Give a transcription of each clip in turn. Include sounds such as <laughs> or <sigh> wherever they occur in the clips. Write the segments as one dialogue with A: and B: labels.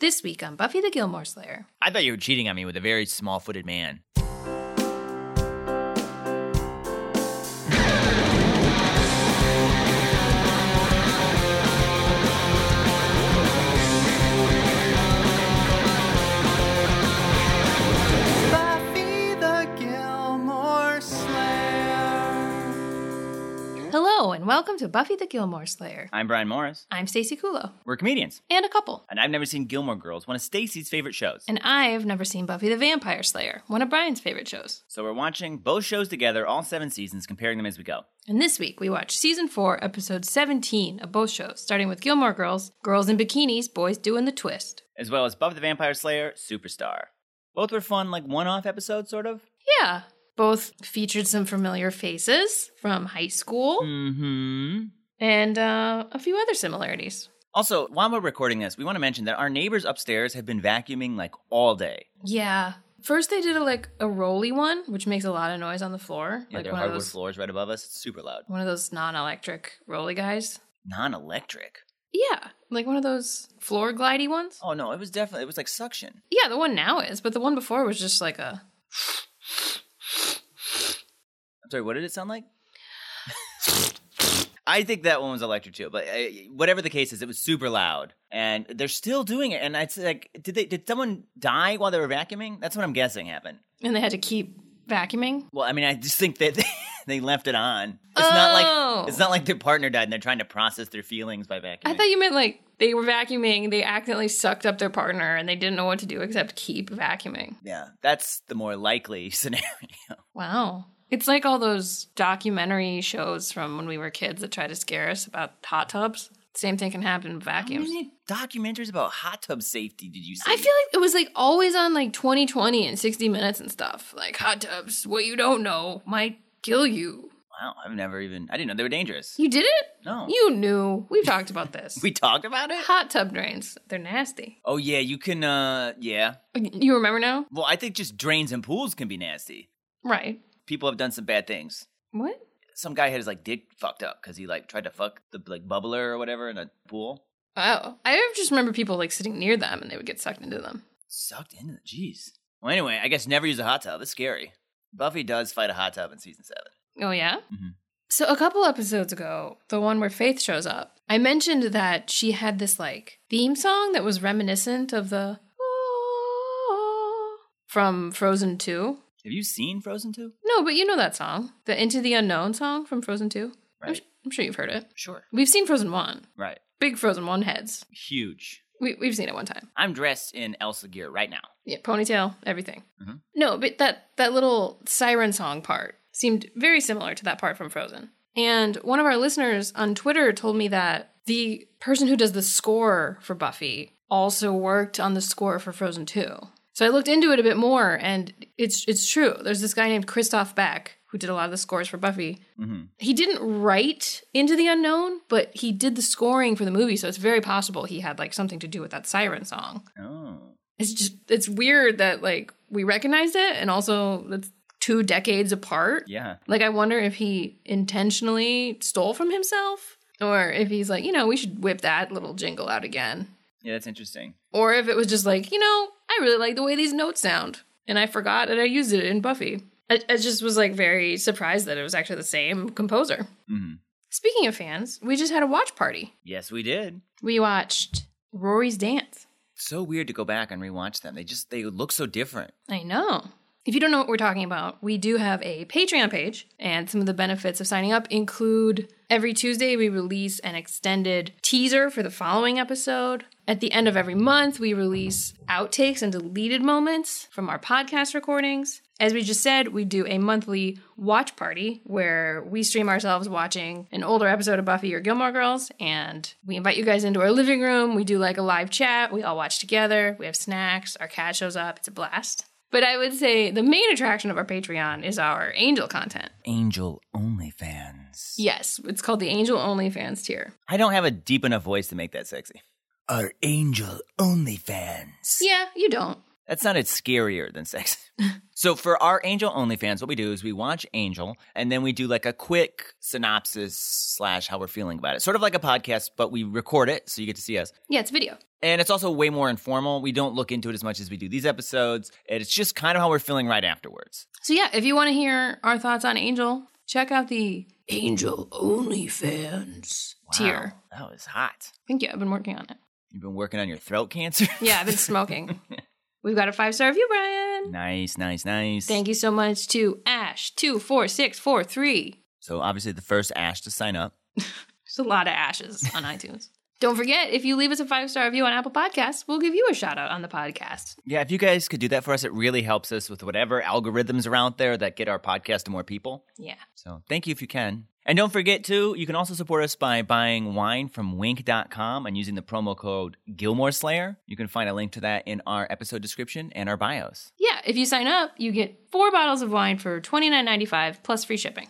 A: This week on Buffy the Gilmore Slayer.
B: I thought you were cheating on me with a very small footed man. Buffy the Gilmore Slayer.
A: Hello, and welcome to Buffy the Gilmore Slayer.
B: I'm Brian Morris.
A: I'm Stacey Kulo,
B: We're comedians,
A: and a couple.
B: and I've never seen Gilmore Girls, one of Stacy's favorite shows.
A: And I've never seen Buffy the Vampire Slayer, one of Brian's favorite shows.
B: So we're watching both shows together, all seven seasons, comparing them as we go.
A: And this week we watched season 4, episode 17 of both shows, starting with Gilmore Girls, Girls in Bikinis, Boys Doing the Twist.
B: as well as Buffy the Vampire Slayer, Superstar. Both were fun, like one off episodes, sort of.
A: Yeah, both featured some familiar faces from high school
B: Mm
A: Mm-hmm.
B: hmm.
A: and uh, a few other similarities.
B: Also, while we're recording this, we want to mention that our neighbors upstairs have been vacuuming like all day.
A: Yeah. First, they did a, like a rolly one, which makes a lot of noise on the floor,
B: Yeah,
A: like
B: their
A: one of
B: hardwood
A: those
B: floors right above us. It's super loud.
A: one of those non-electric rolly guys.
B: Non electric.
A: Yeah, like one of those floor glidey ones.
B: Oh no, it was definitely, it was like suction.
A: Yeah, the one now is, but the one before was just like a
B: I'm sorry, what did it sound like? <laughs> I think that one was electric too, but uh, whatever the case is, it was super loud, and they're still doing it. And it's like, did they? Did someone die while they were vacuuming? That's what I'm guessing happened.
A: and they had to keep vacuuming.
B: Well, I mean, I just think that <laughs> they left it on. It's not
A: Oh.
B: like it's not like their partner died and they're trying to process their feelings by vacuuming.
A: I thought you meant like they were vacuuming, they accidentally sucked up their partner and they didn't know what to do except keep vacuuming.
B: yeah, that's the more likely <laughs> scenario.
A: Wow. It's like all those documentary shows from when we were kids that try to scare us about hot tubs. Same thing can happen with
B: How
A: vacuums.
B: many documentaries about hot tub safety did you see?
A: I feel like it was like always on like 2020 and 60 Minutes and stuff. Like hot tubs, what you don't know might kill you.
B: wow, I've never even I didn't know they were dangerous.
A: You did it?
B: No,
A: You knew. We've talked about this.
B: we talked about it.
A: hot tub drains, they're nasty.
B: Oh yeah, you can. uh Yeah,
A: You remember now?
B: well, I think just drains and pools can be nasty.
A: Right.
B: People have done some bad things.
A: What?
B: Some guy had his like dick fucked up because he like tried to fuck the like bubbler or whatever in a pool.
A: Oh, I just remember people like sitting near them and they would get sucked into them.
B: Sucked into the jeez. Well, anyway, I guess never use a hot tub. It's scary. Buffy does fight a hot tub in season seven.
A: Oh, yeah?
B: Mhm.
A: So, a couple episodes ago, the one where Faith shows up, I mentioned that she had this like theme song that was reminiscent of the from Frozen 2.
B: Have you seen Frozen two?
A: No, but you know that song, the Into the Unknown song from Frozen 2. I'm, su- I'm sure you've heard it.
B: Sure.
A: We've seen Frozen 1.
B: Right.
A: Big Frozen 1 heads.
B: Huge.
A: We, we've seen it one time.
B: I'm dressed in Elsa gear right now.
A: Yeah, ponytail, everything.
B: Mhm.
A: No, but that that little siren song part seemed very similar to that part from Frozen. And one of our listeners on Twitter told me that the person who does the score for Buffy also worked on the score for Frozen 2. So I looked into it a bit more and it's it's true. There's this guy named Christoph Beck who did a lot of the scores for Buffy.
B: Mm-hmm.
A: He didn't write Into the Unknown, but he did the scoring for the movie, so it's very possible he had like something to do with that siren song
B: Oh.
A: it's just it's weird that like we recognized it and also it's two decades apart
B: Yeah.
A: like i wonder if he intentionally stole from himself or if he's like you know we should whip that little jingle out again
B: Yeah, that's interesting.
A: or if it was just like you know i really like the way these notes sound and i forgot that i used it in buffy i, I just was like very surprised that it was actually the same composer
B: Mm-hmm.
A: speaking of fans we just had a watch party
B: Yes, we did.
A: we watched rory's dance
B: So weird to go back and rewatch them. They just they look so different.
A: I know. If you don't know what we're talking about, we do have a Patreon page, and some of the benefits of signing up include every Tuesday we release an extended teaser for the following episode. At the end of every month, we release outtakes and deleted moments from our podcast recordings. As we just said, we do a monthly watch party where we stream ourselves watching an older episode of Buffy or Gilmore Girls, and we invite you guys into our living room. We do like a live chat, we all watch together, we have snacks, our cat shows up, it's a blast. But I would say the main attraction of our Patreon is our angel content.
B: Angel only fans.
A: Yes, it's called the Angel Only Fans tier.
B: I don't have a deep enough voice to make that sexy. Our angel only fans.
A: Yeah, you don't.
B: That sounded scarier than sex.
A: <laughs>
B: so for our Angel only fans, what we do is we watch Angel and then we do like a quick synopsis slash how we're feeling about it. Sort of like a podcast, but we record it so you get to see us.
A: Yeah, it's video.
B: And it's also way more informal. We don't look into it as much as we do these episodes. And It's just kind of how we're feeling right afterwards.
A: So yeah, if you want to hear our thoughts on Angel, check out the Angel Only Fans tier.
B: Wow, That was hot.
A: Thank you. I've been working on it.
B: You've been working on your throat cancer? <laughs>
A: Yeah, I've been smoking. <laughs> We've got a five star review, Brian.
B: nice, nice, nice.
A: Thank you so much to Ash two four six four three.
B: So obviously the first Ash to sign up.
A: There's a lot of ashes <laughs> on iTunes. Don't forget, if you leave us a five star review on Apple Podcasts, we'll give you a shout out on the podcast.
B: Yeah, if you guys could do that for us, it really helps us with whatever algorithms are out there that get our podcast to more people.
A: Yeah.
B: So thank you if you can. And don't forget to, you can also support us by buying wine from wink.com and using the promo code Gilmore Slayer. You can find a link to that in our episode description and our bios.
A: Yeah, if you sign up, you get four bottles of wine for twenty nine ninety five plus free shipping.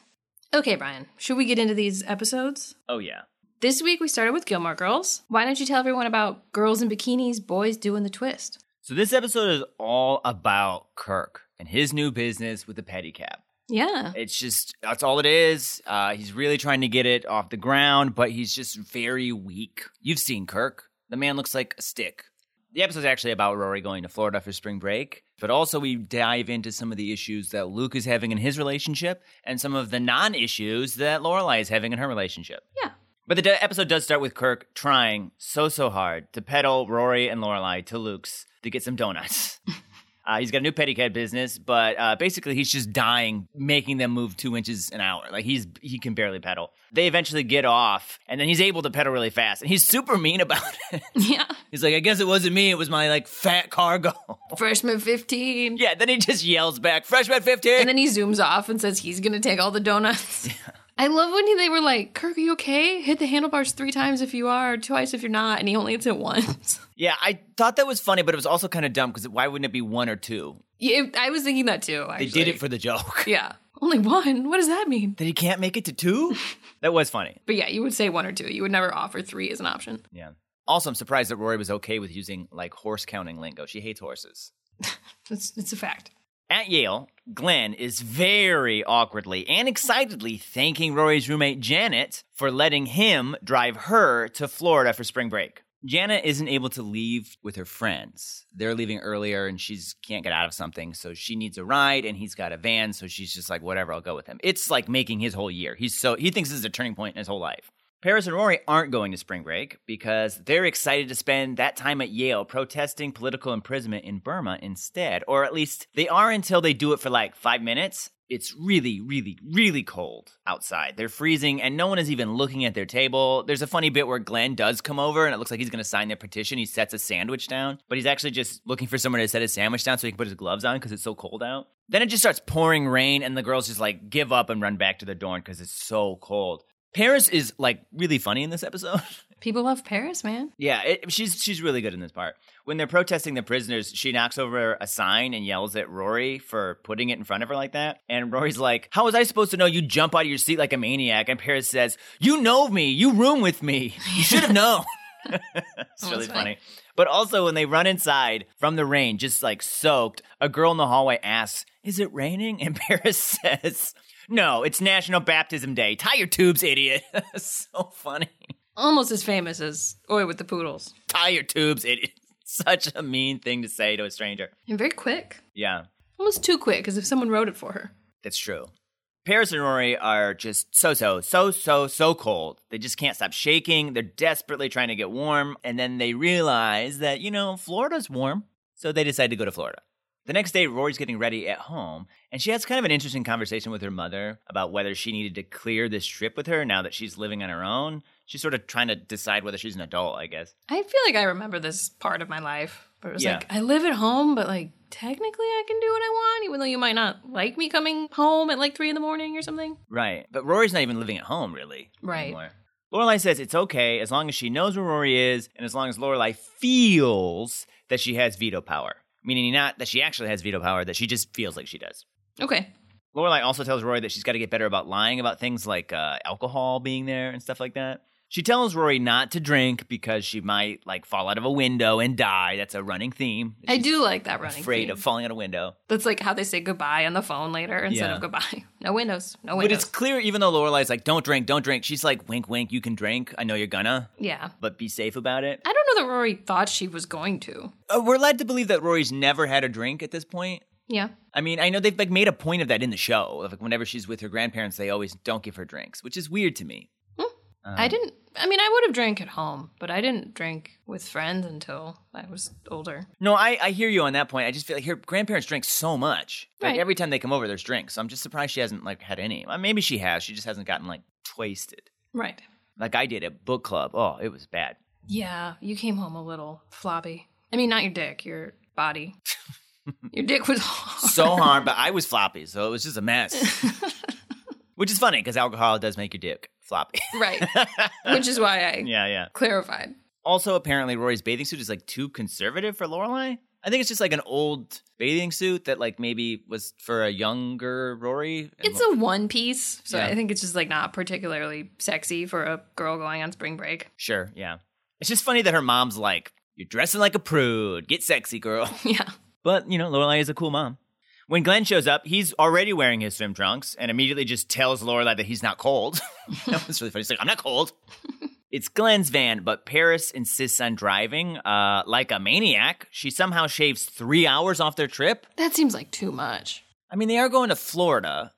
A: Okay, Brian, should we get into these episodes?
B: Oh, yeah.
A: This week we started with Gilmore Girls. Why don't you tell everyone about girls in bikinis, boys doing the twist?
B: So this episode is all about Kirk and his new business with the pedicab.
A: Yeah.
B: It's just that's all it is. Uh, he's really trying to get it off the ground, but he's just very weak. You've seen Kirk. The man looks like a stick. The episode's actually about Rory going to Florida for spring break, but also we dive into some of the issues that Luke is having in his relationship and some of the non issues that Lorelai is having in her relationship.
A: Yeah. <laughs>
B: But the d- episode does start with Kirk trying so, so hard to peddle Rory and Lorelai to Luke's to get some <laughs> donuts. Uh, he's got a new pedicab business, but uh, basically he's just dying, making them move two inches an hour. Like he's he can barely pedal. They eventually get off, and then he's able to pedal really fast, and he's super mean about it. <laughs>
A: Yeah.
B: he's like, "I guess it wasn't me; it was my like fat cargo." <laughs>
A: Freshman 15.
B: yeah. Then he just yells back, "Freshman 15!
A: And then he zooms off and says he's going to take all the
B: <laughs>
A: donuts. I love when he, they were like, Kirk, are you okay? Hit the handlebars three times if you are, twice if you're not, and he only hits it <laughs> once.
B: yeah, I thought that was funny, but it was also kind of dumb because why wouldn't it be one or two?
A: Yeah, I was thinking that too.
B: They
A: Actually.
B: did it for the joke.
A: Yeah. Only one? What does that mean?
B: that he can't make it to two? <laughs> that was funny.
A: But yeah, you would say one or two. You would never offer three as an option.
B: Yeah. Also, I'm surprised that Rory was okay with using like horse counting lingo. She hates horses.
A: It's, it's a fact.
B: At Yale, Glenn is very awkwardly and excitedly thanking Rory's roommate Janet for letting him drive her to Florida for spring break. Janet isn't able to leave with her friends. They're leaving earlier and she's can't get out of something, so she needs a ride and he's got a van, so she's just like whatever, I'll go with him. It's like making his whole year. He's so he thinks this is a turning point in his whole life. Paris and Rory aren't going to spring break because they're excited to spend that time at Yale protesting political imprisonment in Burma instead. Or at least they are until they do it for like five minutes. It's really, really, really cold outside. They're freezing and no one is even looking at their table. There's a funny bit where Glenn does come over and it looks like he's going to sign their petition. He sets a sandwich down, but he's actually just looking for someone to set his sandwich down so he can put his gloves on because it's so cold out. Then it just starts pouring rain and the girls just like give up and run back to their dorm because it's so cold. Paris is like really funny in this episode. <laughs>
A: People love Paris, man.
B: yeah, it, she's she's really good in this part. When they're protesting the prisoners, she knocks over a sign and yells at Rory for putting it in front of her like that. And Rory's like, "How was I supposed to know you jump out of your seat like a maniac?" And Paris says, "You know me. You room with me. You should have known." <laughs> it's
A: That
B: really
A: was funny.
B: funny. But also when they run inside from the rain, just like soaked, a girl in the hallway asks, "Is it raining?" And <laughs> Paris says, "No, it's National Baptism Day. Tie your tubes, idiot." <laughs> so funny.
A: Almost as famous as Oi with the Poodles.
B: Tie your tubes, idiot. <laughs> Such a mean thing to say to a stranger.
A: And very quick.
B: Yeah,
A: Almost too quick, as if someone wrote it for her.
B: that's true. Paris and Rory are just so so so so so cold. They just can't stop shaking. They're desperately trying to get warm, and then they realize that you know Florida's warm, so they decide to go to Florida. The next day, Rory's getting ready at home, and she has kind of an interesting conversation with her mother about whether she needed to clear this trip with her now that she's living on her own. She's sort of trying to decide whether she's an adult, I guess.
A: I feel like I remember this part of my life where it was
B: Yeah.
A: like, I live at home, but like technically I can do what I want, even though you might not like me coming home at like three in the morning or something.
B: Right. But Rory's not even living at home, really.
A: Right.
B: Anymore. Lorelai says it's okay as long as she knows where Rory is and as long as Lorelai feels that she has veto power. Meaning not that she actually has veto power, that she just feels like she does.
A: Okay.
B: Lorelai also tells Rory that she's got to get better about lying about things like uh, alcohol being there and stuff like that. She tells Rory not to drink because she might like fall out of a window and die. That's a running theme.
A: I do like that running.
B: Afraid
A: theme.
B: of falling out a window.
A: That's like how they say goodbye on the phone later instead
B: Yeah.
A: of goodbye. <laughs> No windows. No
B: But
A: windows.
B: it's clear, even though Lorelai's like, "Don't drink, don't drink," she's like, "Wink, wink, you can drink. I know you're gonna,
A: yeah.
B: but be safe about it."
A: I don't know that Rory thought she was going to.
B: Uh, we're led to believe that Rory's never had a drink at this point.
A: Yeah.
B: I mean, I know they've like made a point of that in the show. Like whenever she's with her grandparents, they always don't give her drinks, which is weird to me.
A: I didn't. I mean, I would have drank at home, but I didn't drink with friends until I was older.
B: No, I, I hear you on that point. I just feel like her grandparents drink so much. Like
A: Right.
B: every time they come over, there's drinks. So I'm just surprised she hasn't like had any. Well, maybe she has. She just hasn't gotten like twisted,
A: Right.
B: like I did at book club. Oh, it was bad.
A: Yeah, you came home a little floppy. I mean, not your dick, your <laughs> body. your dick was hard.
B: So hard, but I was floppy, so it was just a mess. which is funny because alcohol does make your dick floppy.
A: <laughs> right, which is why <laughs> I
B: yeah, yeah.
A: clarified.
B: Also, apparently, Rory's bathing suit is like too conservative for Lorelai. I think it's just like an old bathing suit that like maybe was for a younger Rory. And
A: It's a one piece, so
B: Yeah.
A: I think it's just like not particularly sexy for a girl going on spring break. <laughs>
B: Sure, yeah. It's just funny that her mom's like, "You're dressing like a prude. Get sexy, girl." <laughs>
A: Yeah,
B: But you know, Lorelai is a cool mom. When Glenn shows up, he's already wearing his swim trunks and immediately just tells Lorelai that he's not cold. <laughs> that was really funny. He's like, "I'm not cold." it's Glenn's van, but Paris insists on driving uh, like a maniac. She somehow shaves three hours off their trip.
A: that seems like too much.
B: I mean, they are going to Florida.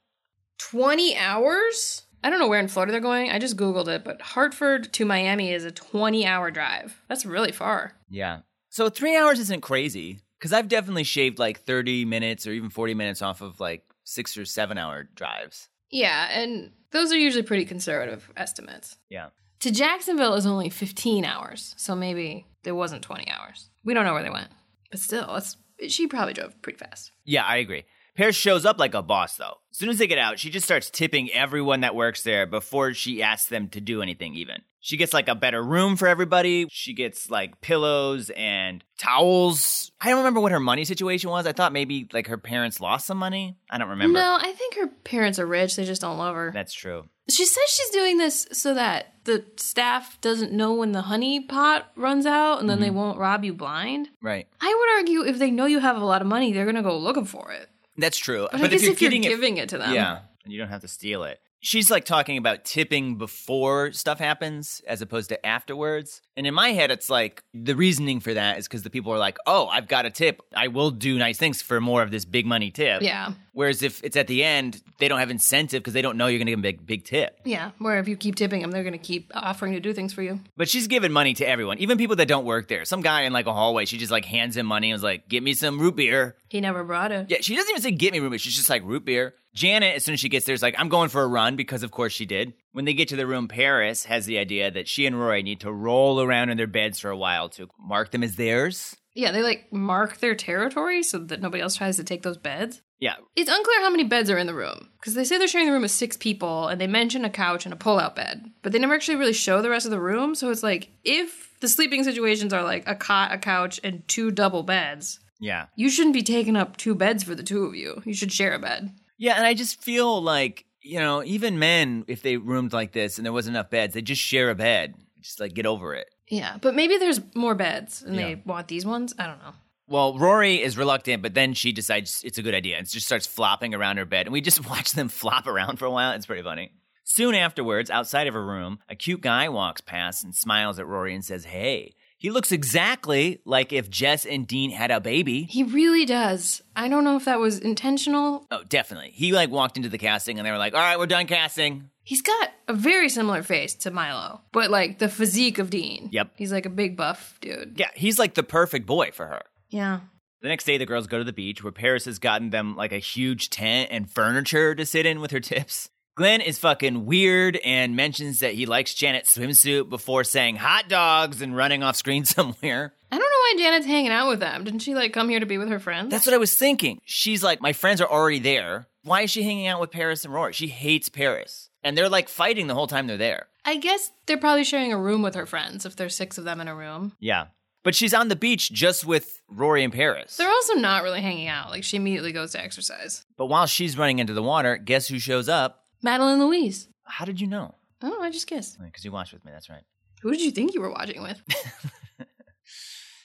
A: 20 hours? I don't know where in Florida they're going. I just Googled it, but Hartford to Miami is a 20 hour drive. That's really far.
B: Yeah. So three hours isn't crazy because I've definitely shaved like 30 minutes or even 40 minutes off of like six or seven hour drives.
A: Yeah, and those are usually pretty conservative estimates.
B: Yeah.
A: To Jacksonville is only 15 hours, so maybe there wasn't 20 hours. We don't know where they went, but still, that's, she probably drove pretty fast.
B: Yeah, I agree. Paris shows up like a boss though. As soon as they get out, she just starts tipping everyone that works there before she asks them to do anything even. She gets like a better room for everybody. She gets like pillows and towels. I don't remember what her money situation was. I thought maybe like her parents lost some money. I don't remember.
A: No, I think her parents are rich. They just don't love her.
B: That's true.
A: She says she's doing this so that the staff doesn't know when the honey pot runs out and then they won't rob you blind.
B: Right.
A: I would argue if they know you have a lot of money, they're gonna go looking for it.
B: That's true.
A: But, I guess if you're, giving it, to them,
B: Yeah, and you don't have to steal it. She's like talking about tipping before stuff happens as opposed to afterwards. And in my head, it's like the reasoning for that is because the people are like, oh, I've got a tip. I will do nice things for more of this big money tip.
A: yeah,
B: Whereas if it's at the end, they don't have incentive because they don't know you're going to get a big, big tip.
A: yeah. Where if you keep tipping them, they're gonna keep offering to do things for you.
B: But she's giving money to everyone, even people that don't work there. Some guy in like a hallway, she just like hands him money and was like, get me some root beer.
A: He never brought it.
B: Yeah, she doesn't even say get me root beer. She's just like root beer. Janet, as soon as she gets there, is like, I'm going for a run because of course she did. When they get to the room, Paris has the idea that she and Rory need to roll around in their beds for a while to mark them as theirs.
A: Yeah, they like mark their territory so that nobody else tries to take those beds.
B: Yeah.
A: It's unclear how many beds are in the room because they say they're sharing the room with six people, and they mention a couch and a pull-out bed, but they never actually really show the rest of the room. So it's like if the sleeping situations are like a cot, a couch, and two double beds,
B: Yeah.
A: you shouldn't be taking up two beds for the two of you. You should share a bed.
B: Yeah, and I just feel like, you know, even men, if they roomed like this and there wasn't enough beds, they just share a bed. Just like get over it.
A: Yeah, but maybe there's more beds and
B: Yeah.
A: they want these ones. I don't know.
B: Well, Rory is reluctant, but then she decides it's a good idea and just starts flopping around her bed. And we just <laughs> watch them flop around for a while. It's pretty funny. Soon afterwards, outside of her room, a cute guy walks past and smiles at Rory and says, Hey. He looks exactly like if Jess and Dean had a baby.
A: He really does. I don't know if that was intentional.
B: Oh, definitely. He like walked into the casting and they were like, All right, we're done casting.
A: He's got a very similar face to Milo, but like the physique of Dean.
B: Yep.
A: He's like a big buff dude.
B: Yeah, he's like the perfect boy for her.
A: Yeah.
B: The next day, the girls go to the beach where Paris has gotten them like a huge tent and furniture to sit in with her <laughs> tips. Glenn is fucking weird and mentions that he likes Janet's swimsuit before saying hot dogs and running off screen <laughs> somewhere.
A: I don't know why Janet's hanging out with them. Didn't she like come here to be with her friends?
B: That's what I was thinking. She's like, my friends are already there. Why is she hanging out with Paris and Rory? She hates Paris. And they're like fighting the whole time they're there.
A: I guess they're probably sharing a room with her friends if there's six of them in a room.
B: Yeah. But she's on the beach just with Rory and Paris.
A: They're also not really hanging out. Like she immediately goes to exercise.
B: but while she's running into the water, guess who shows up?
A: Madeline Louise.
B: How did you know?
A: Oh, I just kissed.
B: Because you watched with me, that's right.
A: Who did you think you were watching
B: <laughs>
A: with?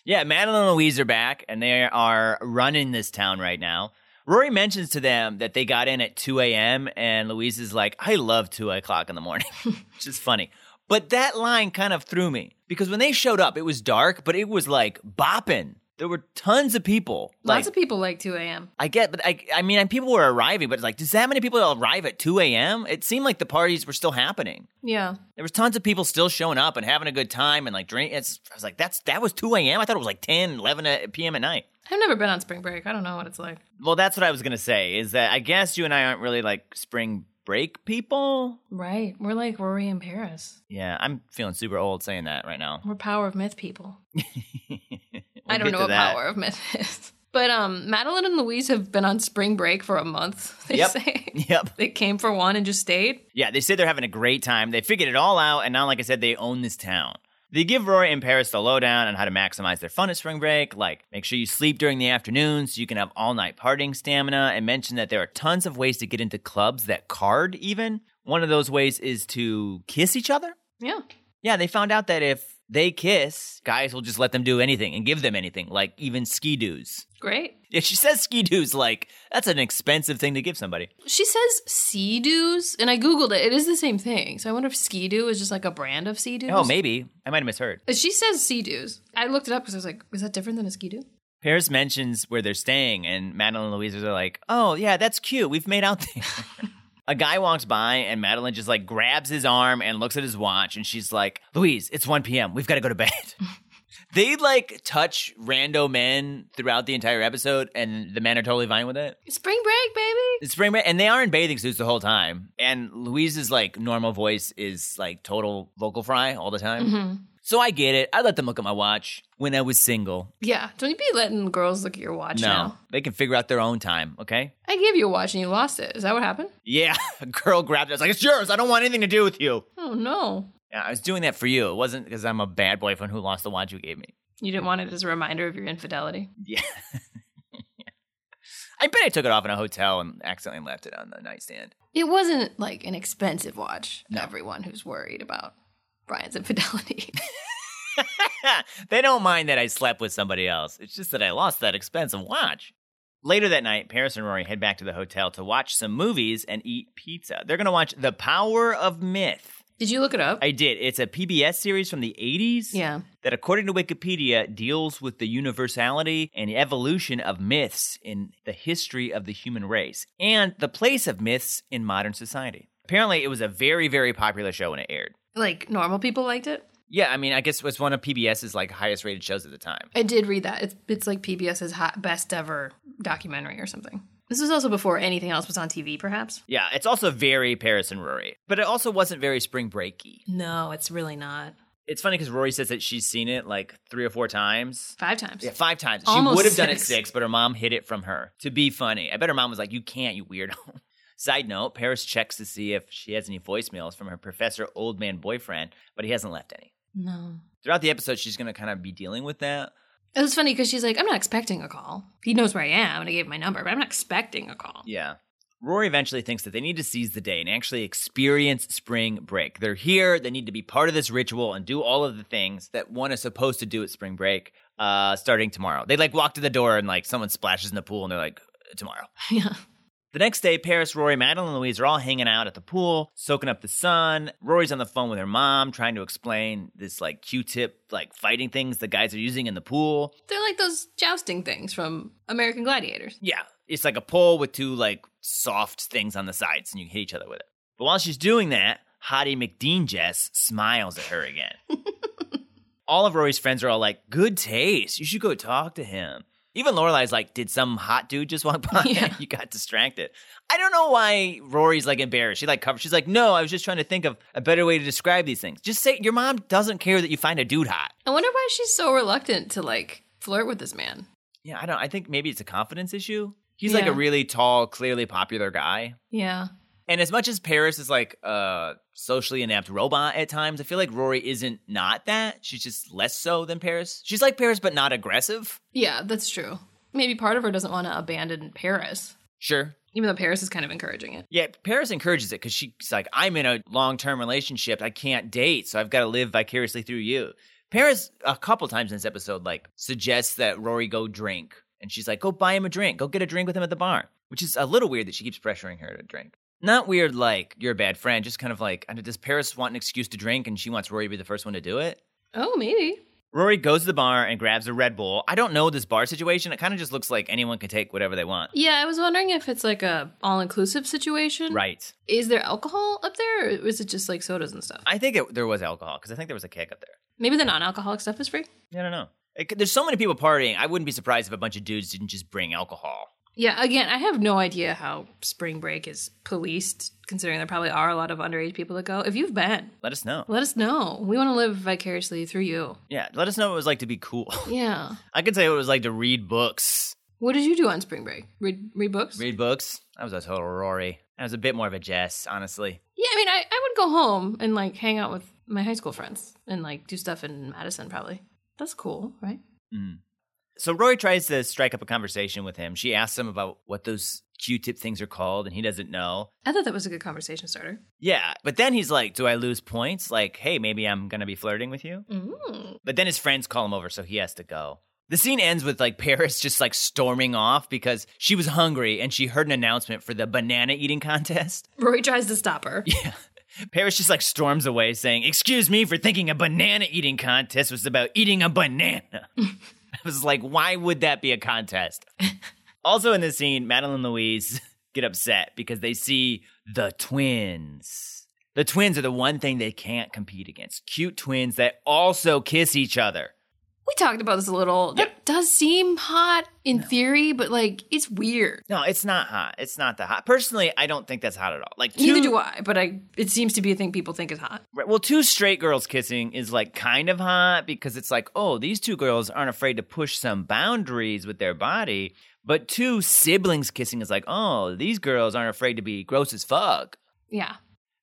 B: Yeah, Madeline and Louise are back, and they are running this town right now. Rory mentions to them that they got in at 2 a.m., and Louise is like, I love 2 o'clock in the morning, <laughs> which is funny. But that line kind of threw me because when they showed up, it was dark, but it was like bopping. There were tons of people.
A: Lots
B: like,
A: of people like 2 a.m.
B: I get, but I, I mean, people were arriving, but it's like, does that many people arrive at 2 a.m.? It seemed like the parties were still happening.
A: Yeah.
B: There was tons of people still showing up and having a good time and like drink. It's, I was like, that's that was 2 a.m. I thought it was like 10, 11 at- p.m. at night.
A: I've never been on spring break. I don't know what it's like.
B: Well, that's what I was gonna say is that I guess you and I aren't really like spring break people.
A: Right. We're like Rory in Paris.
B: Yeah, I'm feeling super old saying that right now. <laughs>
A: We're power of myth people.
B: We'll
A: I don't
B: get
A: know
B: to
A: what
B: that.
A: power of myth is. <laughs> But um, Madeline and Louise have been on spring break for a month, <laughs> they
B: Yep.
A: say.
B: Yep.
A: They came for one and just stayed.
B: Yeah, they say they're having a great time. They figured it all out, and now, like I said, they own this town. They give Rory and Paris the lowdown on how to maximize their fun at spring break, like make sure you sleep during the afternoon so you can have all night partying stamina, and mention that there are tons of ways to get into clubs that card even. One of those ways is to kiss each other.
A: Yeah.
B: Yeah, they found out that if they kiss, guys will just let them do anything and give them anything, like even ski doos. <laughs>
A: Great.
B: Yeah, she says ski doos, like that's an expensive thing to give somebody.
A: She says sea doos, and I Googled it. It is the same thing. So I wonder if ski doo is just like a brand of sea doos.
B: Oh, maybe. I might have misheard.
A: She says sea doos. I looked it up because I was like, is that different than a ski doo?
B: Paris mentions where they're staying, and Madeline and Louise are like, "Oh yeah, that's cute. We've made out there." <laughs> A guy walks by, and Madeline just like grabs his arm and looks at his watch, and she's like, "Louise, it's 1 p.m. We've got to go to bed." they like touch rando men throughout the entire episode, and the men are totally fine with it.
A: Spring break, baby.
B: It's spring break, and they are in bathing suits the whole time. And Louise's like normal voice is like total vocal fry all the time. So I get it. I let them look at my watch when I was single.
A: Yeah. Don't you be letting girls look at your watch
B: No,
A: now.
B: they can figure out their own time. Okay.
A: I gave you a watch and you lost it. Is that what happened?
B: Yeah, <laughs> a girl grabbed it. I was like, "It's yours. I don't want anything to do with you."
A: Oh, no.
B: Yeah, I was doing that for you. It wasn't because I'm a bad boyfriend who lost the watch you gave me.
A: You didn't want it as a reminder of your infidelity.
B: Yeah. I bet I took it off in a hotel and accidentally left it on the nightstand. <laughs>
A: It wasn't like an expensive watch.
B: No.
A: Everyone who's worried about Brian's <laughs> infidelity.
B: they don't mind that I slept with somebody else. It's just that I lost that expensive watch. Later that night, Paris and Rory head back to the hotel to watch some movies and eat pizza. They're going to watch The Power of Myth.
A: Did you look it up?
B: I did. It's a PBS series from the 80s.
A: yeah.
B: that, according to Wikipedia, deals with the universality and evolution of myths in the history of the human race and the place of myths in modern society. Apparently, it was a very, very popular show when it aired.
A: Like normal people liked it?
B: Yeah, I mean, I guess it was one of PBS's like highest rated shows at the time.
A: I did read that. It's, it's like PBS's hot, best ever documentary or something. This was also before anything else was on TV, perhaps.
B: Yeah, it's also very Paris and Rory, but it also wasn't very spring breaky.
A: No, it's really not.
B: It's funny because Rory says that she's seen it like three or four times.
A: Five times.
B: Yeah, five times. she
A: Almost
B: would have done it
A: six.
B: six, but her mom hid it from her to be funny. I bet her mom was like, "You can't, you weirdo." <laughs> Side note: Paris checks to see if she has any voicemails from her professor old man boyfriend, but he hasn't left any.
A: No.
B: Throughout the episode, she's going to kind of be dealing with that.
A: It was funny because she's like, I'm not expecting a call. He knows where I am and I gave him my number, but I'm not expecting a call.
B: Yeah. Rory eventually thinks that they need to seize the day and actually experience spring break. They're here, they need to be part of this ritual and do all of the things that one is supposed to do at spring break uh, starting tomorrow. They like walk to the door and like someone splashes in the pool and they're like, tomorrow.
A: <laughs> Yeah.
B: The next day, Paris, Rory, Madeline, and Louise are all hanging out at the pool, soaking up the sun. Rory's on the phone with her mom, trying to explain this like Q-tip, like fighting things the guys are using in the pool.
A: They're like those jousting things from American Gladiators.
B: Yeah, it's like a pole with two like soft things on the sides, and you hit each other with it. But while she's doing that, Hottie McDean Jess smiles at her
A: <laughs>
B: again. all of Rory's friends are all like, "Good taste. You should go talk to him." Even Lorelai's like, "Did some hot dude just walk by?
A: Yeah.
B: <laughs> you got distracted." I don't know why Rory's like embarrassed. She like covers. She's like, "No, I was just trying to think of a better way to describe these things. Just say your mom doesn't care that you find a dude hot."
A: I wonder why she's so reluctant to like flirt with this man.
B: Yeah, I don't. I think maybe it's a confidence issue. He's like a
A: Yeah.
B: really tall, clearly popular guy.
A: Yeah.
B: And as much as Paris is like a socially inept robot at times, I feel like Rory isn't not that. She's just less so than Paris. She's like Paris, but not aggressive.
A: Yeah, that's true. Maybe part of her doesn't want to abandon Paris.
B: Sure.
A: Even though Paris is kind of encouraging it.
B: Yeah, Paris encourages it because she's like, I'm in a long term relationship. I can't date, so I've got to live vicariously through you. Paris, a couple times in this episode, like suggests that Rory go drink. And she's like, go buy him a drink. Go get a drink with him at the bar, which is a little weird that she keeps pressuring her to drink. Not weird, like, you're a bad friend, just kind of like, and does Paris want an excuse to drink and she wants Rory to be the first one to do it?
A: Oh, maybe.
B: Rory goes to the bar and grabs a Red Bull. I don't know this bar situation. It kind of just looks like anyone can take whatever they want.
A: Yeah, I was wondering if it's like a all inclusive situation.
B: Right.
A: Is there alcohol up there, or is it just like sodas and stuff?
B: I think it, there was alcohol because I think there was a keg up there.
A: Maybe the non alcoholic stuff is free.
B: I don't know. It, there's so many people partying. I wouldn't be surprised if a bunch of dudes didn't just bring alcohol.
A: Yeah, again, I have no idea how spring break is policed, considering there probably are a lot of underage people that go. If you've been,
B: Let us know.
A: let us know. We want to live vicariously through you.
B: Yeah, let us know what it was like to be cool. <laughs>
A: Yeah.
B: I could say what it was like to read books.
A: What did you do on spring break? Read, read books?
B: Read books. I was a total Rory. I was a bit more of a Jess, honestly.
A: Yeah, I mean, I, I would go home and like hang out with my high school friends and like do stuff in Madison, probably. That's cool, right?
B: So Rory tries to strike up a conversation with him. She asks him about what those Q-tip things are called, and he doesn't know.
A: I thought that was a good conversation starter.
B: Yeah, but then he's like, "Do I lose points? Like, hey, maybe I'm gonna be flirting with you."
A: Mm.
B: But then his friends call him over, so he has to go. The scene ends with like <laughs> Paris just like storming off because she was hungry and she heard an announcement for the banana eating contest.
A: Roy tries to stop <laughs> her.
B: Paris just like storms away saying, Excuse me for thinking a banana eating contest was about eating a banana. <laughs> I was like, Why would that be
A: <laughs>
B: a contest? also, in this scene, Madeline and Louise <laughs> get upset because they see the twins. The twins are the one thing they can't compete against cute twins that also kiss each other.
A: We talked about this a little. That does seem hot in theory, but like it's weird.
B: No, it's not hot. It's not that hot. Personally, I don't think that's hot at all. Like, two,
A: Neither do I, but I it seems to be a thing people think is hot.
B: Right. Well, two straight girls kissing is like kind of hot because it's like, oh, these two girls aren't afraid to push some boundaries with their body. But two siblings kissing is like, oh, these girls aren't afraid to be gross as fuck.
A: Yeah.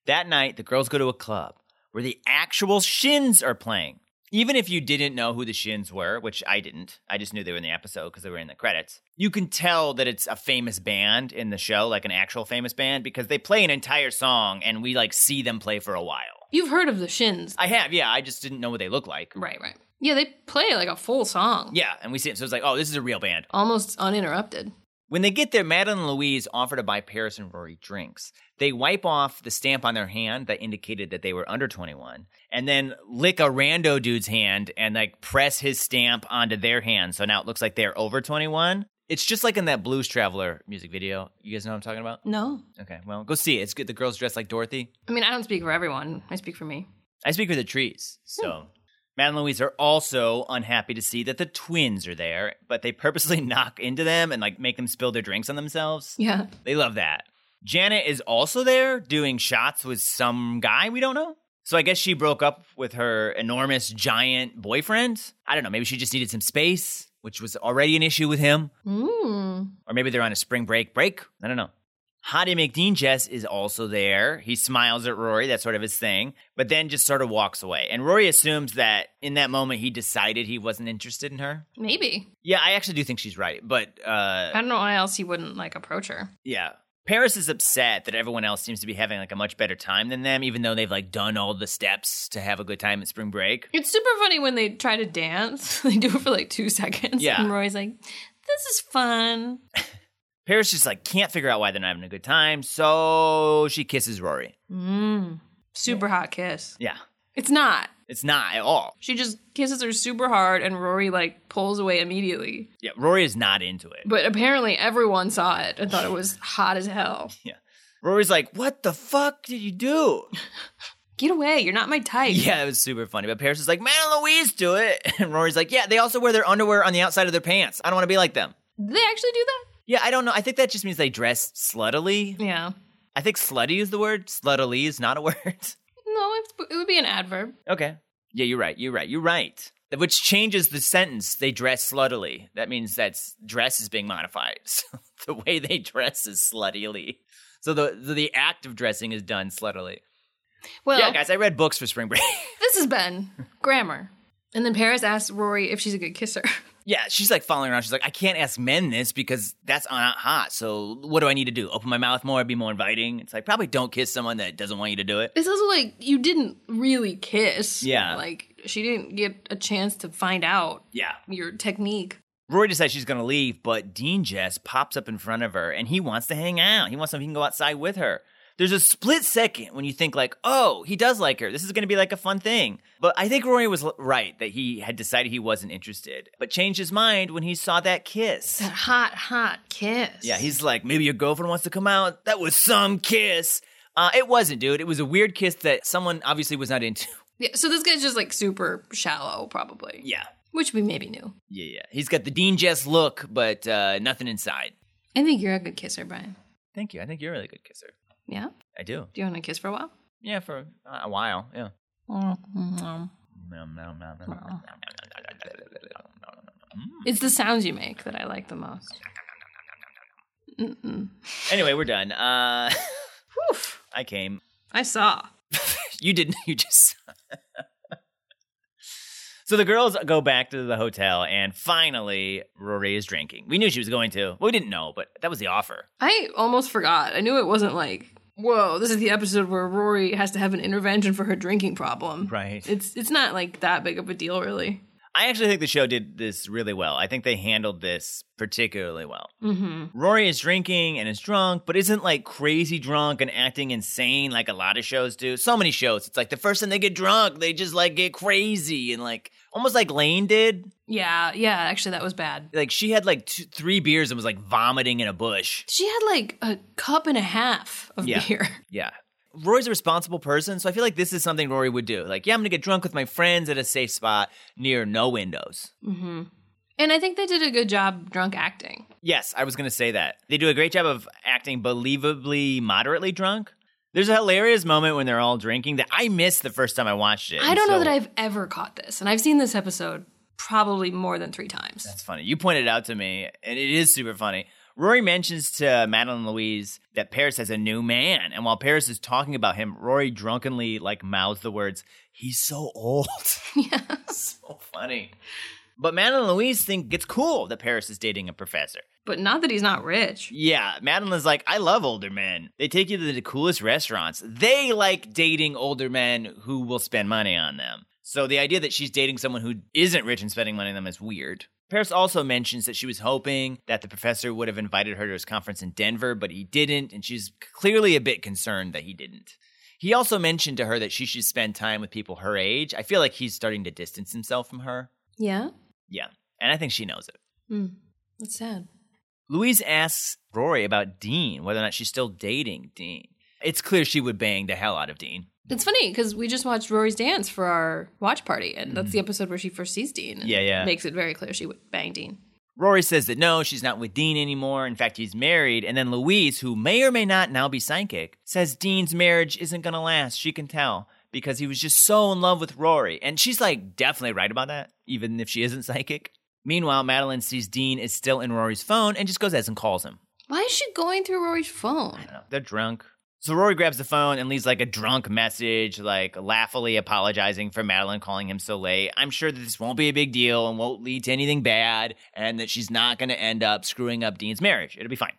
B: That night, the girls go to a club where the actual shins are playing. Even if you didn't know who the shins were, which I didn't, I just knew they were in the episode because they were in the credits, you can tell that it's a famous band in the show, like an actual famous band, because they play an entire song and we like see them play for a while.
A: You've heard of the shins.
B: I have, yeah. I just didn't know what they look like.
A: Right, right. Yeah, they play like a full song.
B: Yeah, and we see it. So it's like, oh, this is a real band.
A: Almost uninterrupted.
B: When they get there, Madeline and Louise offer to buy Paris and Rory drinks. They wipe off the stamp on their hand that indicated that they were under 21, and then lick a rando dude's hand and like press his stamp onto their hand. So now it looks like they're over 21. It's just like in that Blues Traveler music video. You guys know what I'm talking about?
A: No.
B: Okay, well, go see it. It's good. The girl's dressed like Dorothy.
A: I mean, I don't speak for everyone. I speak for me.
B: I speak for the trees. So, Matt and Louise are also unhappy to see that the twins are there, but they purposely <laughs> knock into them and like make them spill their drinks on themselves.
A: Yeah.
B: They love that. Janet is also there doing shots with some guy we don't know. So I guess she broke up with her enormous giant boyfriend. I don't know, maybe she just needed some space, which was already an issue with him,
A: Mm.
B: or maybe they're on a spring break break. I don't know. Hottie McDean Jess is also there. He smiles at Rory, that's sort of his thing, but then just sort of walks away. And Rory assumes that in that moment he decided he wasn't interested in her.
A: Maybe.
B: Yeah, I actually do think she's right, but uh
A: I don't know why else he wouldn't like approach her.
B: yeah. Paris is upset that everyone else seems to be having like a much better time than them, even though they've like done all the steps to have a good time at spring break.
A: It's super funny when they try to dance. <laughs> they do it for like two seconds.
B: Yeah.
A: And Roy's like, this is fun.
B: Paris just like can't figure out why they're not having a good time, so she kisses Rory.
A: Mm. Super hot kiss.
B: Yeah.
A: It's not.
B: It's not at all.
A: She just kisses her super hard and Rory like pulls away immediately.
B: Yeah, Rory is not into it.
A: But apparently everyone saw it and thought it was hot as hell.
B: Rory's like, "What the fuck did you do?"
A: Get away. You're not my type.
B: <laughs> Yeah, it was super funny. But Paris is like, "Man and Louise do it," <laughs> and Rory's like, "Yeah, they also wear their underwear on the outside of their pants. I don't want to be like them."
A: Did they actually do that?
B: Yeah, I don't know. I think that just means they dress sluttily.
A: Yeah.
B: I think slutty is the word. Sluttily is not a <laughs> word.
A: No, it's, it would be an adverb.
B: Okay. Yeah, you're right. You're right. You're right. Which changes the sentence. They dress sluttily. That means that s- dress is being modified. <laughs> So the way they dress is sluttily. So the the, the act of dressing is done sluttily.
A: Well,
B: yeah, guys, I read books for spring break. <laughs>
A: this has been grammar. And then Paris asks Rory if she's a good kisser. <laughs>
B: Yeah, she's like following around. She's like, I can't ask men this because that's not hot. So what do I need to do? Open my mouth more, be more inviting. It's like probably don't kiss someone that doesn't want you to do it.
A: It's also like you didn't really kiss.
B: Yeah.
A: Like she didn't get a chance to find out
B: Yeah.
A: your technique.
B: Rory decides she's gonna leave, but Dean Jess pops up in front of her and he wants to hang out. He wants something he can go outside with her. There's a split second when you think like, oh, he does like her. This is gonna be like a fun thing. But I think Rory was l- right that he had decided he wasn't interested, but changed his mind when he saw that kiss.
A: That hot, hot kiss.
B: Yeah, he's like, maybe your girlfriend wants to come out. That was some kiss. Uh, it wasn't, dude. It was a weird kiss that someone obviously was not into. <laughs>
A: Yeah, so this guy's just like super shallow, probably.
B: Yeah,
A: Which we maybe knew.
B: yeah, yeah. He's got the Dean Jess look, but uh, nothing inside.
A: I think you're a good kisser, Brian.
B: Thank you. I think you're a really good kisser.
A: Yeah?
B: I do.
A: Do you want to kiss for a while?
B: Yeah, for a while. Yeah. Mm-hmm.
A: Mm. It's the sounds you make that I like the most. Mm-mm.
B: <laughs> Anyway, we're done. Uh, <laughs>
A: Whew.
B: I came.
A: I saw.
B: You didn't. <laughs> You just. so the girls go back to the hotel, and finally, Rory is drinking. We knew she was going to. Well, we didn't know, but that was the offer.
A: I almost forgot. I knew it wasn't like, whoa, this is the episode where Rory has to have an intervention for her drinking problem.
B: Right.
A: It's it's not like that big of a deal, really.
B: I actually think the show did this really well. I think they handled this particularly well.
A: Mm-hmm.
B: Rory is drinking and is drunk, but isn't like crazy drunk and acting insane like a lot of shows do. So many shows, it's like the first time they get drunk, they just like get crazy and like almost like Lane did.
A: Yeah, yeah. Actually, that was bad.
B: Like she had like two, three beers and was like vomiting in a bush.
A: She had like a cup and a half of
B: Yeah.
A: beer. <laughs>
B: Yeah. Rory's a responsible person, so I feel like this is something Rory would do. Like, yeah, I'm gonna get drunk with my friends at a safe spot near no windows.
A: Mm-hmm. And I think they did a good job drunk acting.
B: Yes, I was going to say that. They do a great job of acting believably moderately drunk. There's a hilarious moment when they're all drinking that I missed the first time I watched it.
A: I don't know
B: so-
A: that I've ever caught this, and I've seen this episode probably more than three times.
B: That's funny. You pointed it out to me, and it is super funny. Rory mentions to Madeline Louise that Paris has a new man, and while Paris is talking about him, Rory drunkenly like mouths the words, "He's so old." <laughs>
A: yes,
B: so funny. But Madeline Louise think it's cool that Paris is dating a professor.
A: but not that he's not rich.
B: Yeah, Madeline's like, I love older men. They take you to the coolest restaurants. They like dating older men who will spend money on them. So the idea that she's dating someone who isn't rich and spending money on them is weird. Paris also mentions that she was hoping that the professor would have invited her to his conference in Denver, but he didn't, and she's clearly a bit concerned that he didn't. He also mentioned to her that she should spend time with people her age. I feel like he's starting to distance himself from her.
A: Yeah,
B: Yeah, and I think she knows it.
A: mm. that's sad.
B: Louise asks Rory about Dean, whether or not she's still dating Dean. It's clear she would bang the hell out of Dean.
A: It's funny because we just watched Rory's dance for our watch party, and that's the episode where she first sees Dean. And
B: Yeah, yeah.
A: Makes it very clear she would bang Dean.
B: Rory says that no, she's not with Dean anymore. In fact, he's married. And then Louise, who may or may not now be psychic, says Dean's marriage isn't going to last. She can tell because he was just so in love with Rory. And she's like definitely right about that, even if she isn't psychic. Meanwhile, Madeline sees Dean is still in Rory's phone and just goes as and calls him.
A: Why is she going through Rory's phone?
B: know, They're drunk. So Rory grabs the phone and leaves like a drunk message, like laughfully apologizing for Madeline calling him so late. I'm sure that this won't be a big deal and won't lead to anything bad, and that she's not going to end up screwing up Dean's marriage. It'll be fine.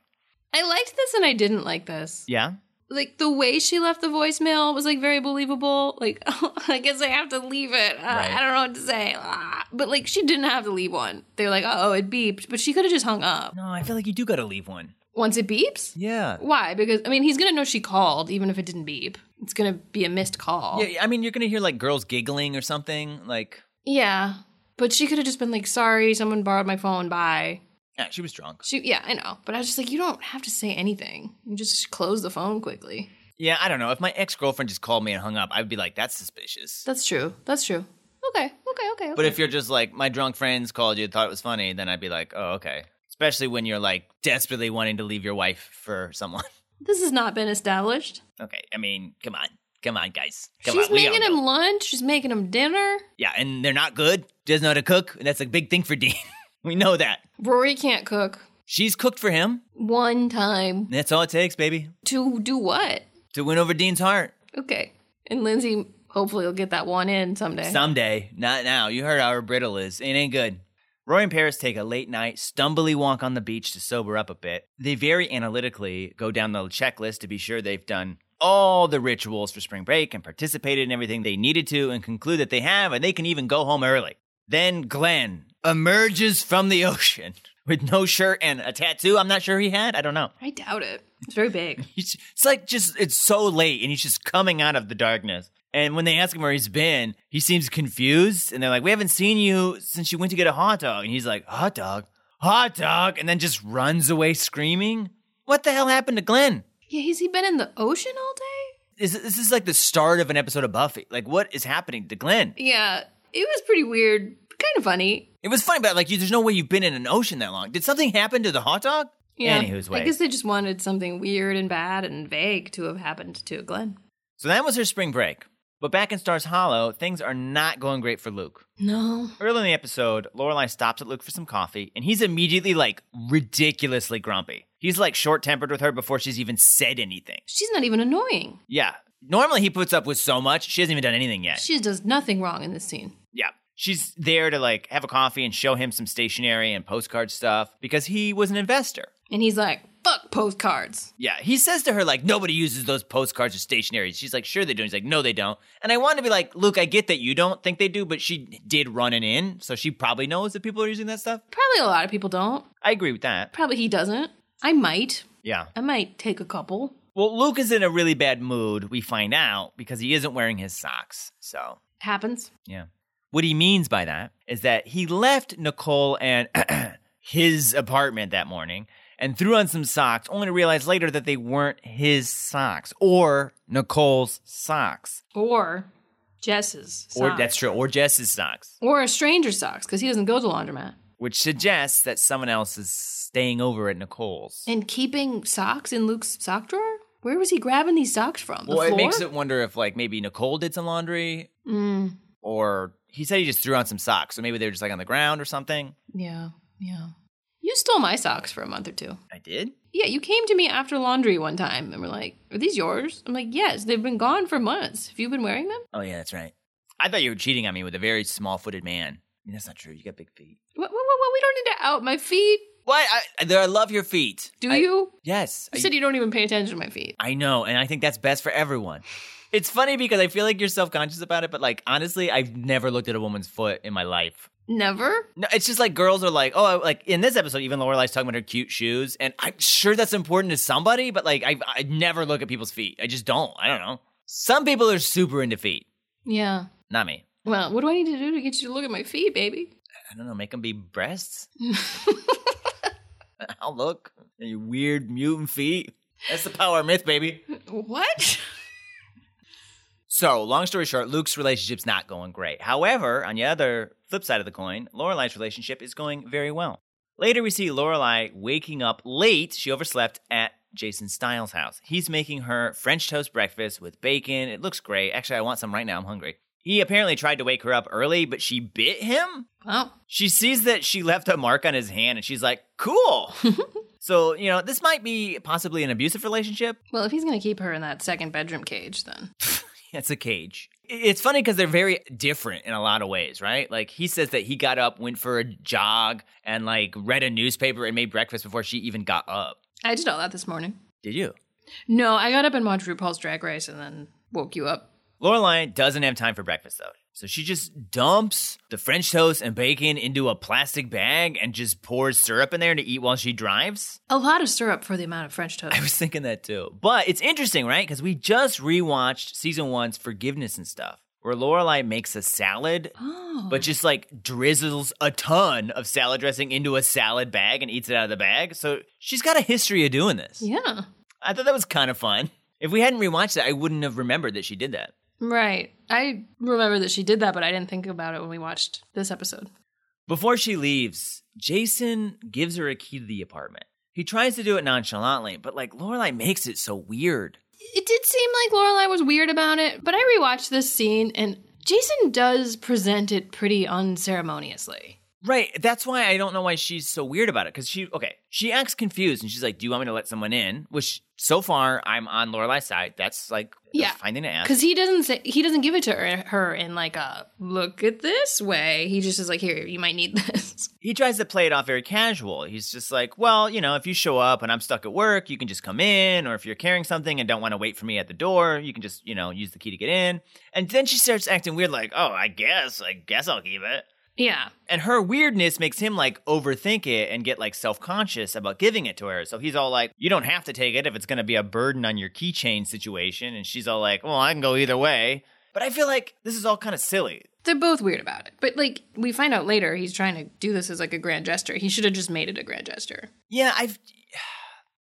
A: I liked this and I didn't like this.
B: Yeah.
A: Like the way she left the voicemail was like very believable. Like <laughs> I guess I have to leave it. Uh,
B: Right.
A: I don't know what to say. Ah. But like she didn't have to leave one. They were like, oh, it beeped, but she could have just hung up.
B: No, I feel like you do got to leave one.
A: Once it beeps.
B: Yeah.
A: Why? Because I mean, he's gonna know she called even if it didn't beep. It's gonna be a missed call.
B: Yeah, I mean, you're going to hear like girls giggling or something. Like,
A: Yeah. But she could have just been like, sorry, someone borrowed my phone. Bye.
B: yeah, she was drunk.
A: She, yeah, I know. But I was just like, you don't have to say anything. You just close the phone quickly.
B: Yeah, I don't know. If my ex girlfriend just called me and hung up, I'd be like, that's suspicious.
A: That's true. That's true. Okay. Okay. Okay.
B: But if you're just like my drunk friends called you and thought it was funny, then I'd be like, oh okay. Especially when you're like desperately wanting to leave your wife for someone. <laughs>
A: this has not been established,
B: okay, I mean, come on, come on, guys, come
A: she's
B: on. We all
A: making
B: know.
A: him lunch. She's making him dinner.
B: yeah, and they're not good. Doesn't know how to cook, and that's a big thing for Dean. <laughs> we know that.
A: Rory can't cook
B: She's cooked for him.
A: one time
B: And that's all it takes, baby,
A: to do what?
B: to win over Dean's heart
A: Okay. And Lindsay hopefully will get that one in someday.
B: someday. Not now. You heard how her brittle is. It ain't good. Rory and Paris take a late night, stumbly walk on the beach to sober up a bit. They very analytically go down the checklist to be sure they've done all the rituals for spring break and participated in everything they needed to and conclude that they have and they can even go home early. Then Glenn emerges from the <laughs> ocean with no shirt and a tattoo. I'm not sure he had. I don't know.
A: I doubt it. It's very
B: <laughs>
A: big.
B: He's, it's like just, it's so late and he's just coming out of the darkness. And when they ask him where he's been, he seems confused. And they're like, We haven't seen you since you went to get a hot dog. And he's like, Hot dog? Hot dog? And then just runs away screaming. What the hell happened to Glenn?
A: Yeah, has he been in the ocean all day?
B: Is, this is like the start of an episode of Buffy. Like, what is happening to Glenn?
A: Yeah, it was pretty weird, kind of funny.
B: It was funny, but like, you, there's no way you've been in an ocean that long. Did something happen to the hot dog?
A: Yeah,
B: Anywho's
A: I
B: way.
A: guess they just wanted something weird and bad and vague to have happened to Glenn.
B: so that was her spring break. But back in Stars Hollow, things are not going great for Luke.
A: No,
B: Early in the episode, Lorelai stops at Luke for some coffee, and he's immediately like ridiculously grumpy. He's like short tempered with her before she's even said anything.
A: she's not even annoying.
B: Yeah. Normally he puts up with so much, she hasn't even done anything yet.
A: She does nothing wrong in this scene.
B: Yeah. She's there to like have a coffee and show him some stationery and postcard stuff because he was an investor.
A: And he's like, fuck postcards.
B: Yeah. He says to her, like, nobody uses those postcards or stationery. She's like, sure they do. He's like, no, they don't. And I want to be like, Luke, I get that you don't think they do, but she did run an in, so she probably knows that people are using that stuff.
A: Probably a lot of people don't.
B: I agree with that.
A: Probably he doesn't. I might.
B: Yeah.
A: I might take a couple.
B: Well, Luke is in a really bad mood, we find out, because he isn't wearing his socks. So,
A: Happens.
B: yeah. What he means by that is that he left Nicole and <clears throat> his apartment that morning and threw on some socks, only to realize later that they weren't his socks or Nicole's socks.
A: Or Jess's socks.
B: Or that's true, or Jess's socks,
A: Or a stranger's socks, because he doesn't go to laundromat.
B: which suggests that someone else is staying over at Nicole's.
A: And keeping socks in Luke's sock drawer? Where was he grabbing these socks from? The
B: well, it
A: floor? Mm.
B: makes it wonder if like maybe Nicole did some laundry or he said he just threw on some socks, so maybe they were just like on the ground or something.
A: Yeah, yeah. You stole my socks for a month or two.
B: I did.
A: Yeah, you came to me after laundry one time and were like, Are these yours? I'm like, Yes, they've been gone for months. Have you been wearing them?
B: Oh yeah, that's right. I thought you were cheating on me with a very small-footed man. I mean, that's not true. You got big feet.
A: What, what, what, what? We don't need to out my feet.
B: What? I, I, there- I love your feet.
A: Do
B: I-
A: you?
B: Yes.
A: You
B: I-
A: said you don't even pay attention to my feet.
B: I know, and I think that's best for everyone. It's funny because I feel like you're self-conscious about it, but like honestly, I've never looked at a woman's foot in my life.
A: Never?
B: No, it's just like girls are like, oh, like in this episode, even Lorelai's talking about her cute shoes, and I'm sure that's important to somebody, but like I, I never look at people's feet. I just don't. I don't know. Some people are super into feet,
A: Yeah.
B: not me.
A: Well, what do I need to do to get you to look at my feet, baby?
B: I don't know. Make them be breasts. I'll look. Your weird mutant feet. That's the power of myth, baby.
A: What? <laughs>
B: So, long story short, Luke's relationship's not going great. However, on the other flip side of the coin, Lorelai's relationship is going very well. Later, we see Lorelai waking up late. She overslept at Jason Styles' house. He's making her French toast breakfast with bacon. It looks great. Actually, I want some right now. I'm hungry. He apparently tried to wake her up early, but she bit him.
A: Wow.
B: She sees that she left a mark on his hand, and she's like, "Cool." so, you know, this might be possibly an abusive relationship.
A: Well, if he's going to keep her in that second bedroom cage, then.
B: It's a cage. It's funny because they're very different in a lot of ways, right? Like he says that he got up, went for a jog, and like read a newspaper and made breakfast before she even got up.
A: I did all that this morning.
B: Did you?
A: No, I got up and watched RuPaul's Drag Race and then woke you up.
B: Lorelai doesn't have time for breakfast though. So she just dumps the French toast and bacon into a plastic bag and just pours syrup in there to eat while she drives. <laughs>
A: A lot of syrup for the amount of French toast.
B: I was thinking that too. But it's interesting, right? Because we just rewatched season one's forgiveness and stuff, where Lorelai makes a salad,
A: Oh,
B: but just like drizzles a ton of salad dressing into a salad bag and eats it out of the bag. So she's got a history of doing this.
A: yeah.
B: I thought that was kind of fun. If we hadn't rewatched that, I wouldn't have remembered that she did that.
A: Right. I remember that she did that, but I didn't think about it when we watched this episode.
B: Before she leaves, Jason gives her a key to the apartment. He tries to do it nonchalantly, but like Lorelai makes it so weird.
A: It did seem like Lorelai was weird about it, but I rewatched this scene and Jason does present it pretty unceremoniously.
B: Right. That's why I don't know why she's so weird about it. Because she, okay, she acts confused and she's like, Do you want me to let someone in? Which so far I'm on Lorelai's side. That's like,
A: Yeah.
B: yeah. fine thing to ask.
A: Because he doesn't say he doesn't give it to her, her in like a look at this way. He just is like, here, you might need <laughs> this.
B: he tries to play it off very casual. He's just like, well, you know, if you show up and I'm stuck at work, you can just come in, or if you're carrying something and don't want to wait for me at the door, you can just, you know, use the key to get in. And then she starts acting weird, like, oh, I guess, I guess I'll keep it.
A: Yeah,
B: And her weirdness makes him like overthink it and get like self conscious about giving it to her. So he's all like, you don't have to take it if it's going to be a burden on your keychain situation. And she's all like, well, I can go either way. But I feel like this is all kind of silly.
A: they're both weird about it. But like we find out later, he's trying to do this as like a grand gesture. He should have just made it a grand gesture.
B: Yeah, I've. <sighs>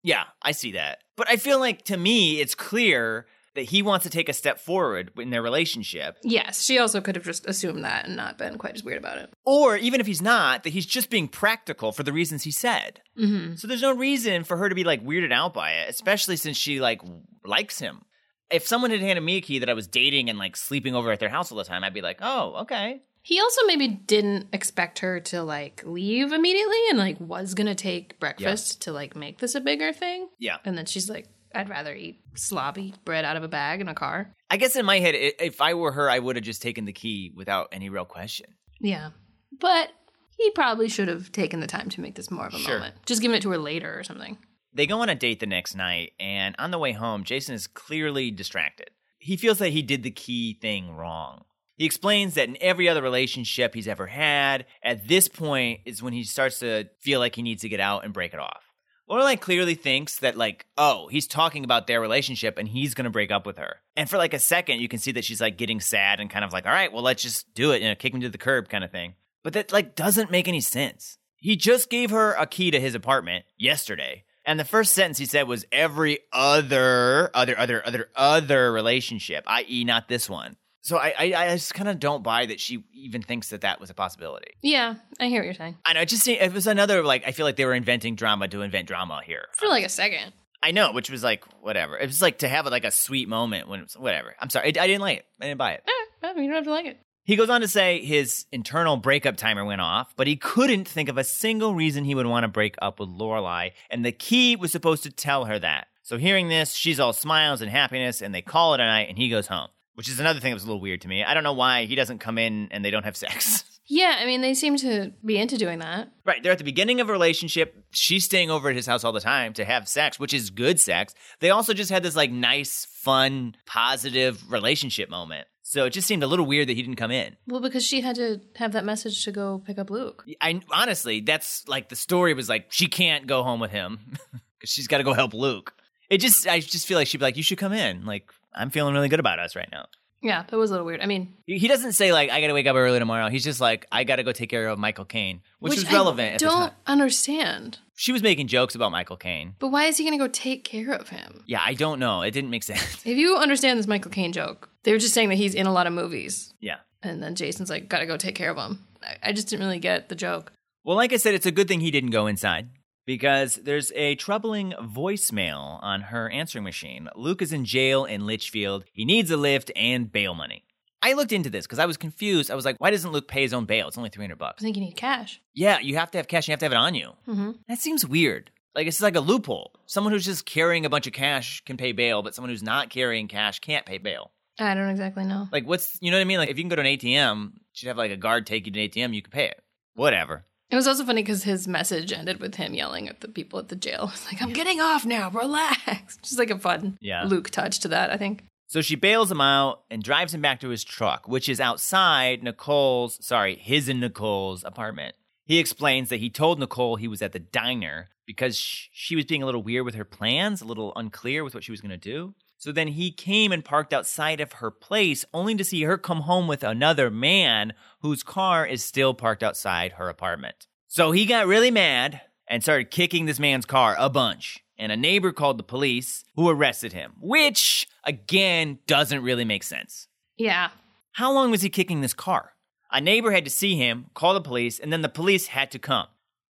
B: Yeah, I see that. But I feel like to me, it's clear that he wants to take a step forward in their relationship.
A: Yes, she also could have just assumed that and not been quite as weird about it.
B: Or even if he's not, that he's just being practical for the reasons he said. Mm-hmm. So there's no reason for her to be like weirded out by it, especially since she like likes him. If someone had handed me a key that I was dating and like sleeping over at their house all the time, I'd be like, oh, okay.
A: He also maybe didn't expect her to like leave immediately and like was gonna take breakfast to like make this a bigger thing.
B: Yeah.
A: And then she's like, I'd rather eat sloppy bread out of a bag in a car.
B: I guess in my head, i- if I were her, I would have just taken the key without any real question.
A: Yeah. But he probably should have taken the time to make this more of a
B: Sure.
A: moment. Just giving it to her later or something.
B: They go on a date the next night, and on the way home, Jason is clearly distracted. He feels that he did the key thing wrong. He explains that in every other relationship he's ever had, at this point is when he starts to feel like he needs to get out and break it off. Lorelai clearly thinks that, like, oh, he's talking about their relationship and he's gonna break up with her. And for like a second, you can see that she's like getting sad and kind of like, all right, well, let's just do it, you know, kick him to the curb kind of thing. But that like doesn't make any sense. He just gave her a key to his apartment yesterday. And the first sentence he said was every other, other, other, other, other relationship, i.e., not this one. So I, I, I just kind of don't buy that she even thinks that that was a possibility.
A: Yeah, I hear what you're saying.
B: I know, it just se- it was another like I feel like they were inventing drama to invent drama here.
A: For like a second.
B: I know, which was like whatever. It was like to have like a sweet moment when it was, whatever. I'm sorry, I, I didn't like it. I didn't buy it.
A: Eh, well, you don't have to like it.
B: He goes on to say his internal breakup timer went off, but he couldn't think of a single reason he would want to break up with Lorelai, and the key was supposed to tell her that. So hearing this, she's all smiles and happiness, and they call it a night, and he goes home, which is another thing that was a little weird to me. I don't know why he doesn't come in and they don't have sex. <laughs>
A: Yeah, I mean, they seem to be into doing that.
B: Right, they're at the beginning of a relationship. She's staying over at his house all the time to have sex, which is good sex. They also just had this like nice, fun, positive relationship moment. So it just seemed a little weird that he didn't come in.
A: Well, because she had to have that message to go pick up Luke.
B: I honestly, that's like the story was like she can't go home with him <laughs> because she's got to go help Luke. It just, I just feel like she'd be like, you should come in. Like I'm feeling really good about us right now.
A: Yeah, that was a little weird. I mean,
B: He he doesn't say like I got to wake up early tomorrow. He's just like I got to go take care of Michael Caine, which, was
A: I
B: relevant. at the
A: don't
B: time.
A: understand.
B: She was making jokes about Michael Caine.
A: But why is he going to go take care of him?
B: Yeah, I don't know. It didn't make sense. <laughs>
A: If you understand this Michael Caine joke, they were just saying that he's in a lot of movies.
B: yeah.
A: And then Jason's like, gotta go take care of him. I, I just didn't really get the joke.
B: Well, like I said, it's a good thing he didn't go inside because there's a troubling voicemail on her answering machine. Luke is in jail in Litchfield. He needs a lift and bail money. I looked into this because I was confused. I was like, why doesn't Luke pay his own bail? It's only 300
A: I
B: bucks.
A: think you need cash.
B: Yeah, you have to have cash. You have to have it on you.
A: Mm-hmm.
B: That seems weird. Like it's like a loophole. Someone who's just carrying a bunch of cash can pay bail, but someone who's not carrying cash can't pay bail.
A: I don't exactly know.
B: Like what's, you know what I mean? Like if you can go to an ATM, you should have like a guard take you to an ATM, you can pay it. Whatever.
A: It was also funny because his message ended with him yelling at the people at the jail. <laughs> It's like, I'm getting off now, relax. <laughs> Just like a fun
B: Yeah.
A: Luke touch to that, I think.
B: So she bails him out and drives him back to his truck, which is outside Nicole's, sorry, his and Nicole's apartment. He explains that he told Nicole he was at the diner because sh- she was being a little weird with her plans, a little unclear with what she was going to do. So then he came and parked outside of her place only to see her come home with another man whose car is still parked outside her apartment. So he got really mad and started kicking this man's car a bunch. And a neighbor called the police, who arrested him, which, again, doesn't really make sense.
A: Yeah.
B: How long was he kicking this car? A neighbor had to see him, call the police, and then the police had to come.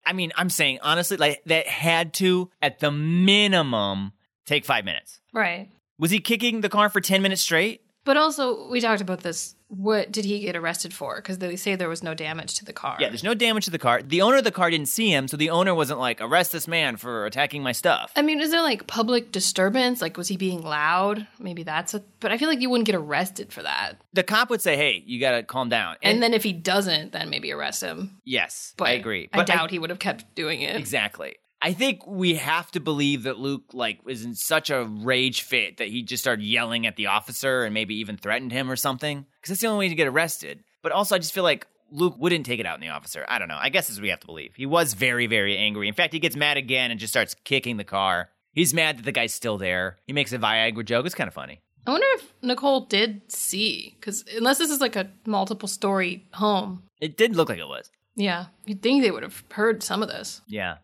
B: I mean, I'm saying honestly, like that had to, at the minimum, take five minutes.
A: Right.
B: Was he kicking the car for 10 minutes straight?
A: But also, we talked about this. What did he get arrested for? Because they say there was no damage to the car.
B: Yeah, there's no damage to the car. The owner of the car didn't see him, so the owner wasn't like, arrest this man for attacking my stuff.
A: I mean, is there like public disturbance? Like, was he being loud? Maybe that's a. But I feel like you wouldn't get arrested for that.
B: The cop would say, hey, you gotta calm down.
A: And, then if he doesn't, then maybe arrest him.
B: yes,
A: But
B: I agree.
A: I doubt he would have kept doing it.
B: Exactly. I think we have to believe that Luke like was in such a rage fit that he just started yelling at the officer and maybe even threatened him or something. Because that's the only way to get arrested. But also, I just feel like Luke wouldn't take it out on the officer. I don't know. I guess this is what we have to believe. He was very, very angry. In fact, he gets mad again and just starts kicking the car. He's mad that the guy's still there. He makes a Viagra joke. It's kind of funny.
A: I wonder if Nicole did see. Because unless this is like a multiple story home,
B: It did look like it was.
A: yeah, you'd think they would have heard some of this.
B: Yeah.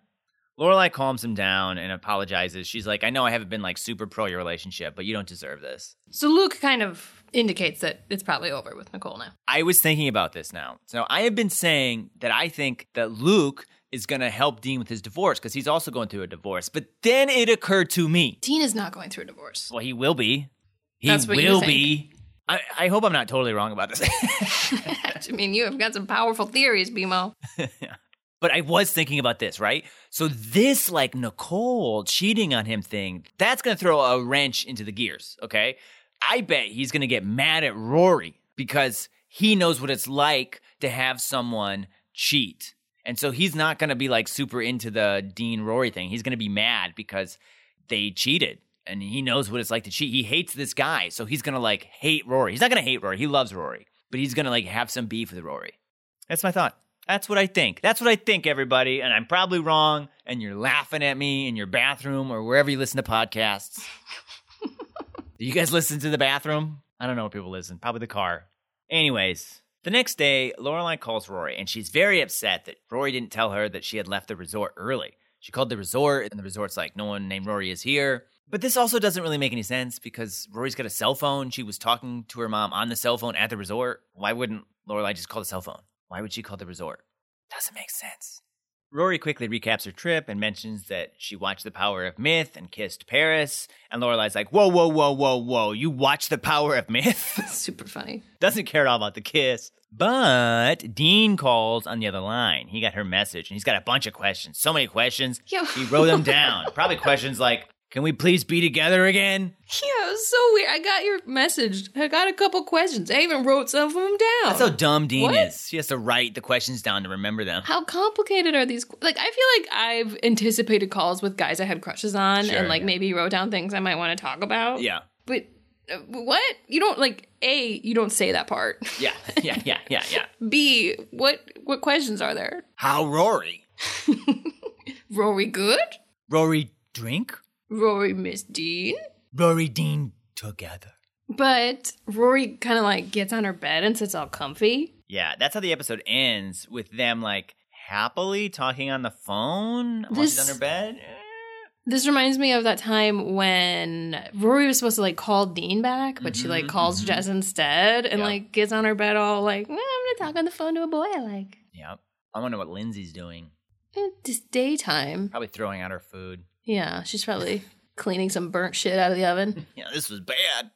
B: Lorelai calms him down and apologizes. She's like, I know I haven't been like super pro your relationship, but you don't deserve this.
A: So Luke kind of indicates that it's probably over with Nicole now.
B: I was thinking about this now. So I have been saying that I think that Luke is going to help Dean with his divorce because he's also going through a divorce. But then it occurred to me.
A: Dean is not going through a
B: <laughs>
A: divorce.
B: Well, he will be. He
A: That's what you
B: will
A: think.
B: be. I, I hope I'm not totally wrong about this. <laughs>
A: I mean, you have got some powerful theories, BMO.
B: but I was thinking about this, right? So this like Nicole cheating on him thing, that's going to throw a wrench into the gears, okay? I bet he's going to get mad at Rory because he knows what it's like to have someone cheat. And so he's not going to be like super into the Dean Rory thing. He's going to be mad because they cheated and he knows what it's like to cheat. He hates this guy. So he's going to like hate Rory. He's not going to hate Rory. He loves Rory, but he's going to like have some beef with Rory. That's my thought. That's what I think. That's what I think, everybody. And I'm probably wrong. And you're laughing at me in your bathroom or wherever you listen to podcasts. Do you guys listen to the bathroom? I don't know where people listen. Probably the car. Anyways, the next day, Lorelai calls Rory, and she's very upset that Rory didn't tell her that she had left the resort early. She called the resort, and the resort's like, "No one named Rory is here." But this also doesn't really make any sense because Rory's got a cell phone. She was talking to her mom on the cell phone at the resort. Why wouldn't Lorelai just call the cell phone? Why would she call the resort? Doesn't make sense. Rory quickly recaps her trip and mentions that she watched The Power of Myth and kissed Paris. And Lorelai's like, "Whoa, whoa, whoa, whoa, whoa! You watched The Power of Myth?" <laughs>
A: Super funny.
B: Doesn't care at all about the kiss. But Dean calls on the other line. He got her message and he's got a bunch of questions. So many questions.
A: Yeah.
B: He wrote
A: <laughs>
B: them down. Probably questions like, can we please be together again?
A: Yeah, it was so weird. I got your message. I got a couple questions. I even wrote some of them down.
B: That's how dumb Dean
A: What?
B: is. She has to write the questions down to remember them.
A: how complicated are these? Like, I feel like I've anticipated calls with guys I had crushes on,
B: Sure,
A: and like
B: yeah.
A: maybe wrote down things I might want to talk about.
B: Yeah.
A: but uh, what you don't like? A, you don't say that part. <laughs>
B: Yeah. Yeah. Yeah. Yeah. Yeah.
A: B, what what questions are there?
B: How Rory?
A: Rory good?
B: Rory drink?
A: Rory Miss Dean?
B: Rory Dean together.
A: But Rory kind of like gets on her bed and sits all comfy.
B: Yeah. That's how the episode ends with them like happily talking on the phone while she's
A: This-
B: on her bed. Eh.
A: This reminds me of that time when Rory was supposed to like call Dean back, but she like
B: Mhm,
A: calls
B: mhm.
A: Jess instead and
B: Yeah.
A: like gets on her bed all like, "Well, I'm gonna talk on the phone to a boy I like.
B: Yep. I wonder what Lindsay's doing.
A: Eh, It's daytime.
B: Probably throwing out her food.
A: Yeah, she's
B: <laughs>
A: probably cleaning some burnt shit out of the oven.
B: Yeah, this was bad.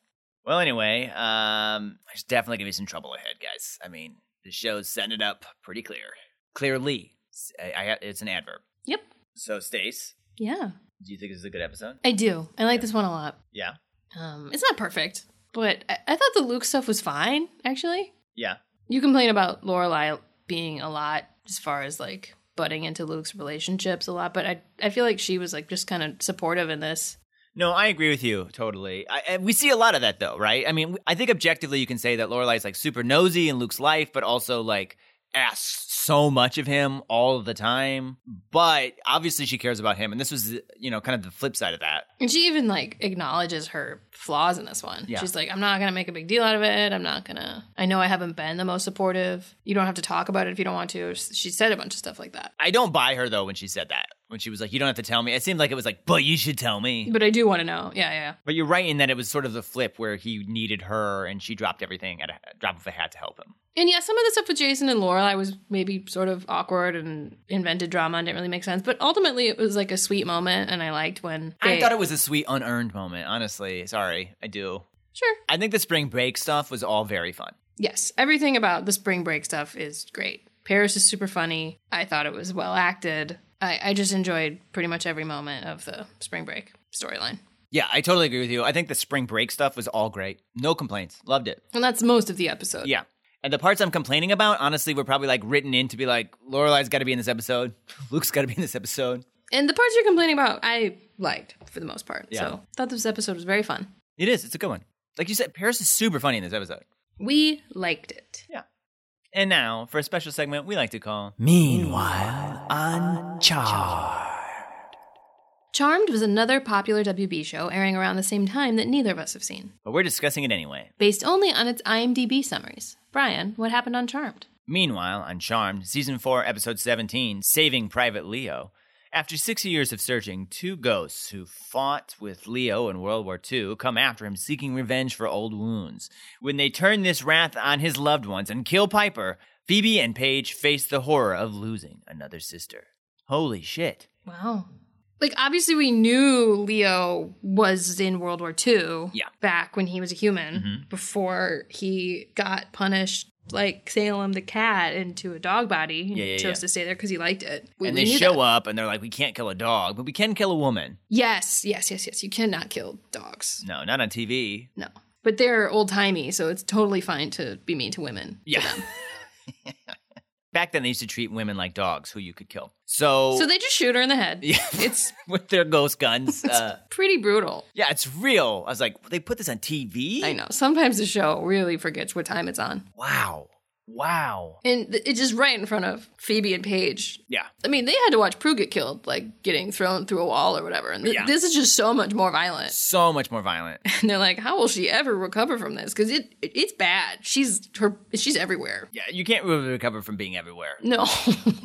B: Well, anyway, um, there's definitely gonna be some trouble ahead, guys. I mean, the show's setting it up pretty clear. Clearly, S- I, I, it's an adverb.
A: Yep.
B: So, Stace,
A: Yeah.
B: do you think this is a good episode?
A: I do. I like this one a lot.
B: Yeah,
A: Um, it's not perfect, but I-, I thought the Luke stuff was fine, actually.
B: yeah,
A: You complain about Lorelai being a lot as far as like butting into Luke's relationships a lot, but I I feel like she was like just kind of supportive in this.
B: No, I agree with you totally. I, and we see a lot of that though, right? I mean, I think objectively you can say that Lorelai's like super nosy in Luke's life, but also like asks so much of him all the time. But obviously she cares about him, and this was you know kind of the flip side of that.
A: And she even like acknowledges her flaws in this one.
B: Yeah.
A: She's like, I'm not gonna make a big deal out of it. I'm not gonna. I know I haven't been the most supportive. You don't have to talk about it if you don't want to. She said a bunch of stuff like that.
B: I don't buy her though when she said that. When she was like, "You don't have to tell me," it seemed like it was like, "But you should tell me."
A: But I do want to know. Yeah, yeah.
B: But you're right in that it was sort of the flip where he needed her, and she dropped everything at a drop of a hat to help him.
A: And yeah, some of the stuff with Jason and Lorelai was maybe sort of awkward and invented drama and didn't really make sense. But ultimately, it was like a sweet moment, and I liked when
B: I thought it was a sweet, unearned moment. Honestly, sorry, I do.
A: Sure.
B: I think the spring break stuff was all very fun.
A: Yes, everything about the spring break stuff is great. Paris is super funny. I thought it was well acted. I, I just enjoyed pretty much every moment of the spring break storyline.
B: Yeah, I totally agree with you. I think the spring break stuff was all great. No complaints. Loved it.
A: And that's most of the episode.
B: Yeah. And the parts I'm complaining about, honestly, were probably like written in to be like, Lorelai's got to be in this episode. <laughs> Luke's got to be in this episode.
A: And the parts you're complaining about, I liked for the most part.
B: Yeah.
A: So thought this episode was very fun.
B: It is. It's a good one. Like you said, Paris is super funny in this episode.
A: We liked it.
B: And now for a special segment we like to call Meanwhile on Char.
A: Charmed was another popular WB show airing around the same time that neither of us have seen,
B: But we're discussing it anyway.
A: based only on its IMDb summaries. Brian, what happened on Charmed?
B: Meanwhile, on Charmed, Season 4, Episode 17, Saving Private Leo, after 60 years of searching, two ghosts who fought with Leo in World War II come after him seeking revenge for old wounds. When they turn this wrath on his loved ones and kill Piper, Phoebe and Paige face the horror of losing another sister. Holy shit.
A: Wow. Like, obviously, we knew Leo was in World War II
B: Yeah. Mm-hmm.
A: back when he was a human before he got punished, like Salem the cat, into a dog body. He
B: Yeah, yeah,
A: chose
B: yeah.
A: to stay there because he liked it. We,
B: And
A: we
B: they
A: knew
B: show
A: that.
B: up and they're like, we can't kill a dog, but we can kill a woman.
A: Yes, yes, yes, yes. You cannot kill dogs.
B: No, not on TV.
A: No. But they're old timey, so it's totally fine to be mean to women. to
B: Yeah.
A: them.
B: <laughs> Back then, they used to treat women like dogs who you could kill. So,
A: So they just shoot her in the head.
B: Yeah.
A: It's
B: <laughs> with their ghost
A: <laughs>
B: guns. Uh,
A: pretty brutal.
B: Yeah, it's real. I was like, they put this on TV?
A: I know. Sometimes the show really forgets what time it's on.
B: Wow. Wow.
A: And th- it's just right in front of Phoebe and Paige.
B: Yeah.
A: I mean, they had to watch Prue get killed, like getting thrown through a wall or whatever. And th-
B: Yeah.
A: this is just so much more violent. <laughs>
B: So much more violent.
A: And they're like, how will she ever recover from this? Because it, it it's bad. She's her she's everywhere.
B: Yeah, you can't really recover from being everywhere.
A: No. <laughs>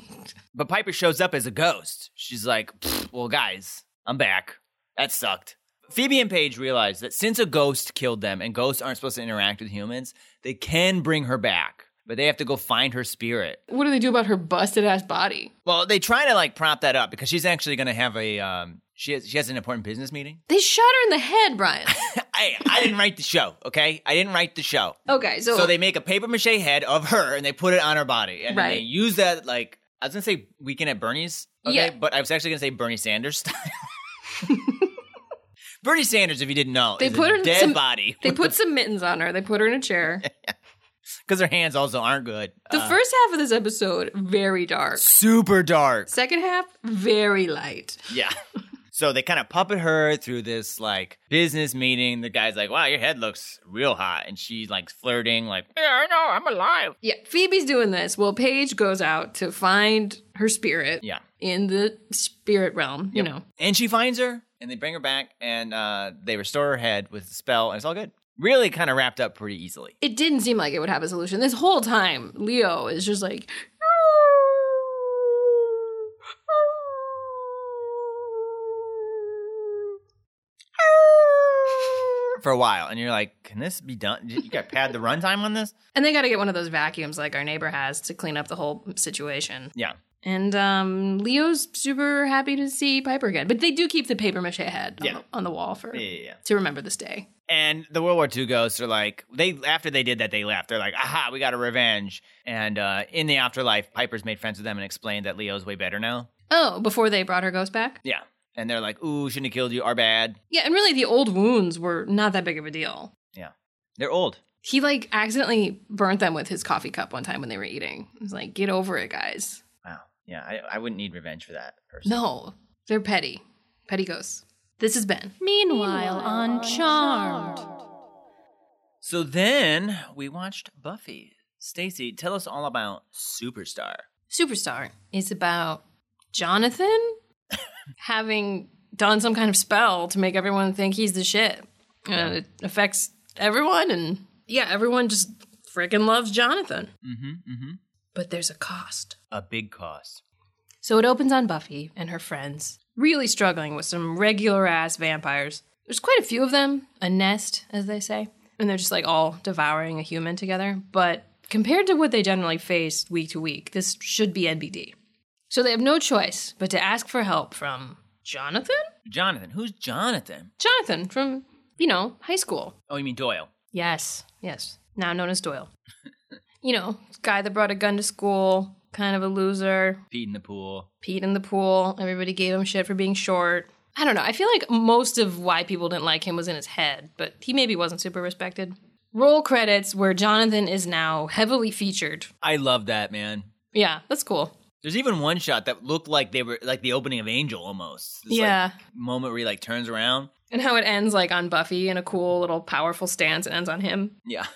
B: But Piper shows up as a ghost. She's like, "Pfft, well, guys, I'm back. That sucked. Phoebe and Paige realize that since a ghost killed them and ghosts aren't supposed to interact with humans, they can bring her back, but they have to go find her spirit.
A: what do they do about her busted ass body?
B: Well, they try to like prop that up because she's actually going to have a um, she has she has an important business meeting.
A: They shot her in the head,
B: <laughs>
A: Brian.
B: I I didn't write the show, okay? I didn't write the show.
A: Okay, so,
B: So, they make a paper mache head of her and they put it on her body. And then they
A: Right.
B: use that, like, I was going to say Weekend at Bernie's. Okay,
A: Yeah.
B: But I was actually going to say Bernie Sanders style. <laughs> Bernie Sanders, if you didn't know,
A: They
B: is
A: put
B: a
A: her in
B: dead
A: some-
B: body <laughs>
A: they put some mittens on her. They put her in a chair.
B: because her hands also aren't good.
A: The
B: Uh,
A: first half of this episode, very dark. <laughs>
B: super dark.
A: Second half, very light.
B: Yeah. So they kind of puppet her through this like business meeting. The guy's like, "Wow, your head looks real hot," and she's like flirting, like, "Yeah, I know, I'm alive."
A: Yeah, Phoebe's doing this. Well, Paige goes out to find her spirit
B: Yeah.
A: in the spirit realm, you know.
B: And she finds her, and they bring her back, and uh, they restore her head with the spell, and it's all good. Really kind of wrapped up pretty easily.
A: It didn't seem like it would have a solution. This whole time, Leo is just like,
B: For a while, and you're like, can this be done? You got to pad the runtime on this?
A: and they got to get one of those vacuums like our neighbor has to clean up the whole situation.
B: Yeah.
A: And um, Leo's super happy to see Piper again, but they do keep the paper mache head on,
B: Yeah.
A: the, on the wall for
B: Yeah, yeah, yeah.
A: to remember this day.
B: And the World War II ghosts are like, they after they did that, they left. They're like, aha, we got a revenge. And uh, in the afterlife, Piper's made friends with them and explained that Leo's way better now.
A: Oh, before they brought her ghost back.
B: Yeah. And they're like, ooh, shouldn't have killed you. Our bad.
A: Yeah, and really the old wounds were not that big of a deal.
B: They're old.
A: He like accidentally burnt them with his coffee cup one time when they were eating. It was like, get over it, guys.
B: Wow. Yeah, I, I wouldn't need revenge for that person.
A: No, they're petty. Petty ghosts. This has been. Meanwhile, on Charmed.
B: So then we watched Buffy. Stacy, tell us all about Superstar.
A: Superstar is about Jonathan <laughs> having done some kind of spell to make everyone think he's the shit. And it affects everyone, and yeah, everyone just freaking loves Jonathan.
B: Mm-hmm. Mm-hmm.
A: But there's a cost.
B: A big cost.
A: So it opens on Buffy and her friends, really struggling with some regular ass vampires. There's quite a few of them, a nest, as they say, and they're just like all devouring a human together. But compared to what they generally face week to week, this should be NBD. So they have no choice but to ask for help from Jonathan?
B: Jonathan. Who's Jonathan?
A: Jonathan from you know, high school.
B: Oh, you mean Doyle?
A: Yes, yes. Now known as Doyle. <laughs> you know, guy that brought a gun to school, kind of a loser,
B: Pete in the pool.
A: peed in the pool. Everybody gave him shit for being short. I don't know. I feel like most of why people didn't like him was in his head, but he maybe wasn't super respected. Roll credits where Jonathan is now heavily featured.
B: I love that man.
A: Yeah, that's cool.
B: There's even one shot that looked like they were like the opening of Angel almost. This, like,
A: yeah.
B: moment where he like turns around.
A: and how it ends like on Buffy in a cool little powerful stance. It ends on him.
B: Yeah.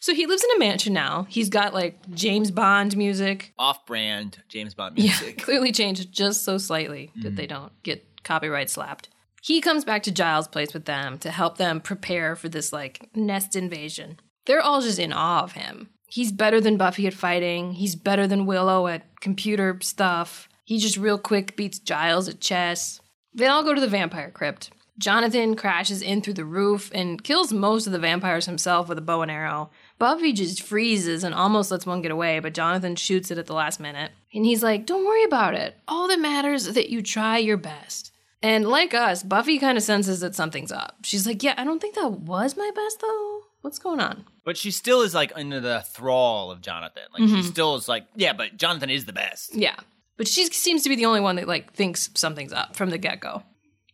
A: So he lives in a mansion now. He's got like James Bond music.
B: Off brand James Bond
A: Yeah, <laughs>
B: music. <laughs>
A: clearly changed just so slightly that they don't get copyright slapped. He comes back to Giles' place with them to help them prepare for this like nest invasion. They're all just in awe of him. He's better than Buffy at fighting. He's better than Willow at computer stuff. He just real quick beats Giles at chess. They all go to the vampire crypt. Jonathan crashes in through the roof and kills most of the vampires himself with a bow and arrow. Buffy just freezes and almost lets one get away, but Jonathan shoots it at the last minute. And he's like, Don't worry about it. All that matters is that you try your best. And like us, Buffy kind of senses that something's up. She's like, Yeah, I don't think that was my best though. What's going on?
B: But she still is like under the thrall of Jonathan. Like she
A: Mm-hmm.
B: still is like, yeah, but Jonathan is the best.
A: Yeah. But she seems to be the only one that like thinks something's up from the get-go.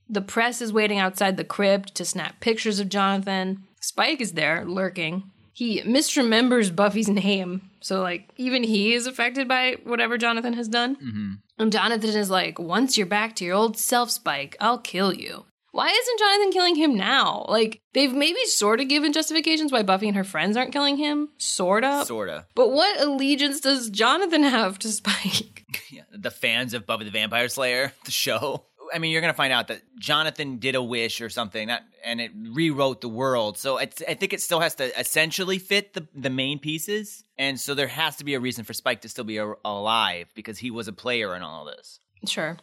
A: The press is waiting outside the crypt to snap pictures of Jonathan. Spike is there lurking. He misremembers Buffy's <laughs> name, so like even he is affected by whatever Jonathan has done. Mm-hmm. And Jonathan is like, "Once you're back to your old self, Spike, I'll kill you." Why isn't Jonathan killing him now? Like they've maybe sort of given justifications why Buffy and her friends aren't killing him, sort of.
B: Sorta.
A: But what allegiance does Jonathan have to <laughs> Spike?
B: Yeah. The fans of Buffy the Vampire Slayer, <laughs> the show. I mean, you're gonna find out that Jonathan did a wish or something, not, and it rewrote the world. So it's, I think it still has to essentially fit the the main pieces, and so there has to be a reason for Spike to still be a- alive because he was a player in all of this.
A: Sure.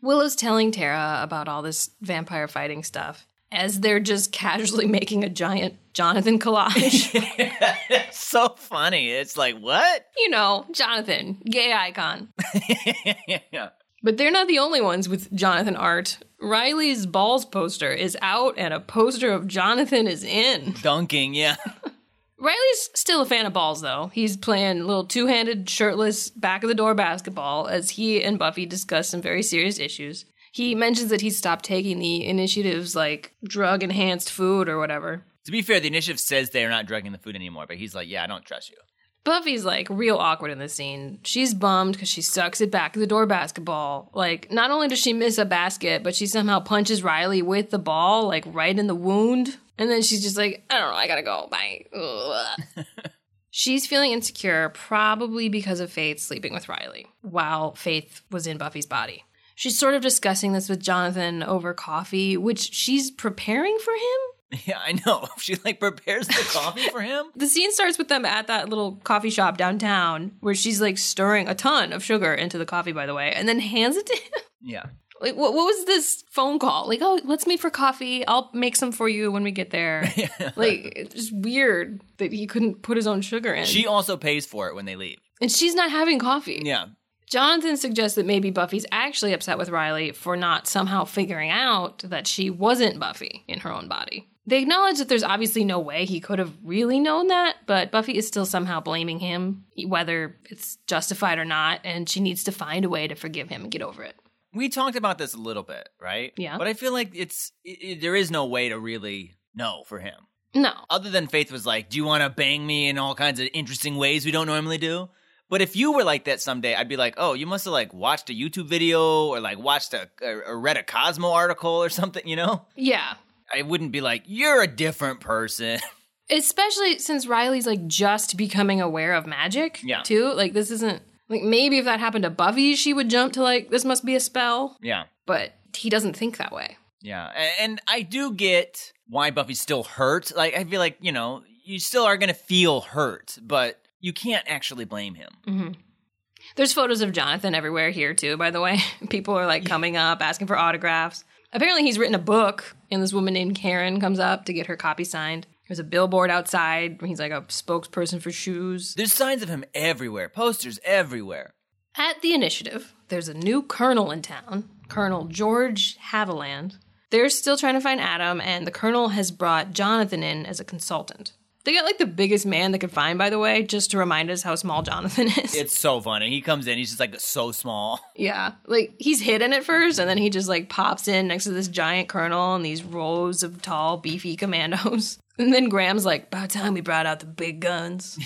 A: Willow's telling Tara about all this vampire fighting stuff as they're just casually making a giant Jonathan collage.
B: so funny. It's like what? <laughs>
A: you know, Jonathan, gay icon.
B: yeah.
A: But they're not the only ones with Jonathan art. Riley's balls poster is out and a poster of Jonathan is in.
B: Dunking. Yeah. <laughs>
A: Riley's still a fan of balls, though. He's playing little two handed, shirtless, back of the door basketball as he and Buffy discuss some very serious issues. He mentions that he stopped taking the initiatives like drug enhanced food or whatever.
B: To be fair, the initiative says they're not drugging the food anymore, but he's like, yeah, I don't trust you. <laughs>
A: Buffy's like real awkward in this scene. She's bummed because she sucks at back of the door basketball. Like, not only does she miss a basket, but she somehow punches Riley with the ball, like right in the wound. And then she's just like, I don't know, I gotta go. Bye. Ugh. she's feeling insecure, probably because of Faith sleeping with Riley while Faith was in Buffy's body. She's sort of discussing this with Jonathan over coffee, which she's preparing for him.
B: Yeah, I know. <laughs> She like prepares the coffee for him.
A: The scene starts with them at that little coffee shop downtown where she's like stirring a ton of sugar into the coffee, by the way, and then hands it to him. <laughs>
B: Yeah.
A: Like, what, what was this phone call? Like, oh, let's meet for coffee. I'll make some for you when we get there. Like, it's just weird that he couldn't put his own sugar in.
B: She also pays for it when they leave.
A: and she's not having coffee.
B: Yeah.
A: Jonathan suggests that maybe Buffy's actually upset with Riley for not somehow figuring out that she wasn't Buffy in her own body. They acknowledge that there's obviously no way he could have really known that, but Buffy is still somehow blaming him, whether it's justified or not, and she needs to find a way to forgive him and get over it.
B: We talked about this a little bit, right?
A: Yeah.
B: But I feel like it's i i there is no way to really know for him.
A: No.
B: Other than Faith was like, "Do you want to bang me in all kinds of interesting ways we don't normally do?" But if you were like that someday, I'd be like, "Oh, you must have like watched a YouTube video or like watched a or, or read a Cosmo article or <laughs> something," you know?
A: Yeah.
B: I wouldn't be like, "You're a different person." <laughs>
A: Especially since Riley's like just becoming aware of magic,
B: Yeah.
A: too. Like, this isn't, like, maybe if that happened to Buffy, she would jump to, like, this must be a spell,
B: yeah.
A: but he doesn't think that way.
B: Yeah, a- and I do get why Buffy's still hurt. Like I feel like you know you still are gonna feel hurt, but you can't actually blame him.
A: There's photos of Jonathan everywhere here too, by the way. <laughs> People are like coming up asking for autographs. Apparently he's written a book and this woman named Karen comes up to get her copy signed. There's a billboard outside. He's like a spokesperson for shoes.
B: There's signs of him everywhere, posters everywhere.
A: At the initiative, there's a new colonel in town, Colonel George Haviland. They're still trying to find Adam, and the Colonel has brought Jonathan in as a consultant. They got like the biggest man they could find, by the way, just to remind us how small <laughs> Jonathan is.
B: It's so funny. He comes in, he's just like so small. <laughs>
A: yeah. Like he's hidden at first, and then he just like pops in next to this giant colonel and these rows of tall, beefy commandos. <laughs> And then Graham's like, about time we brought out the big guns.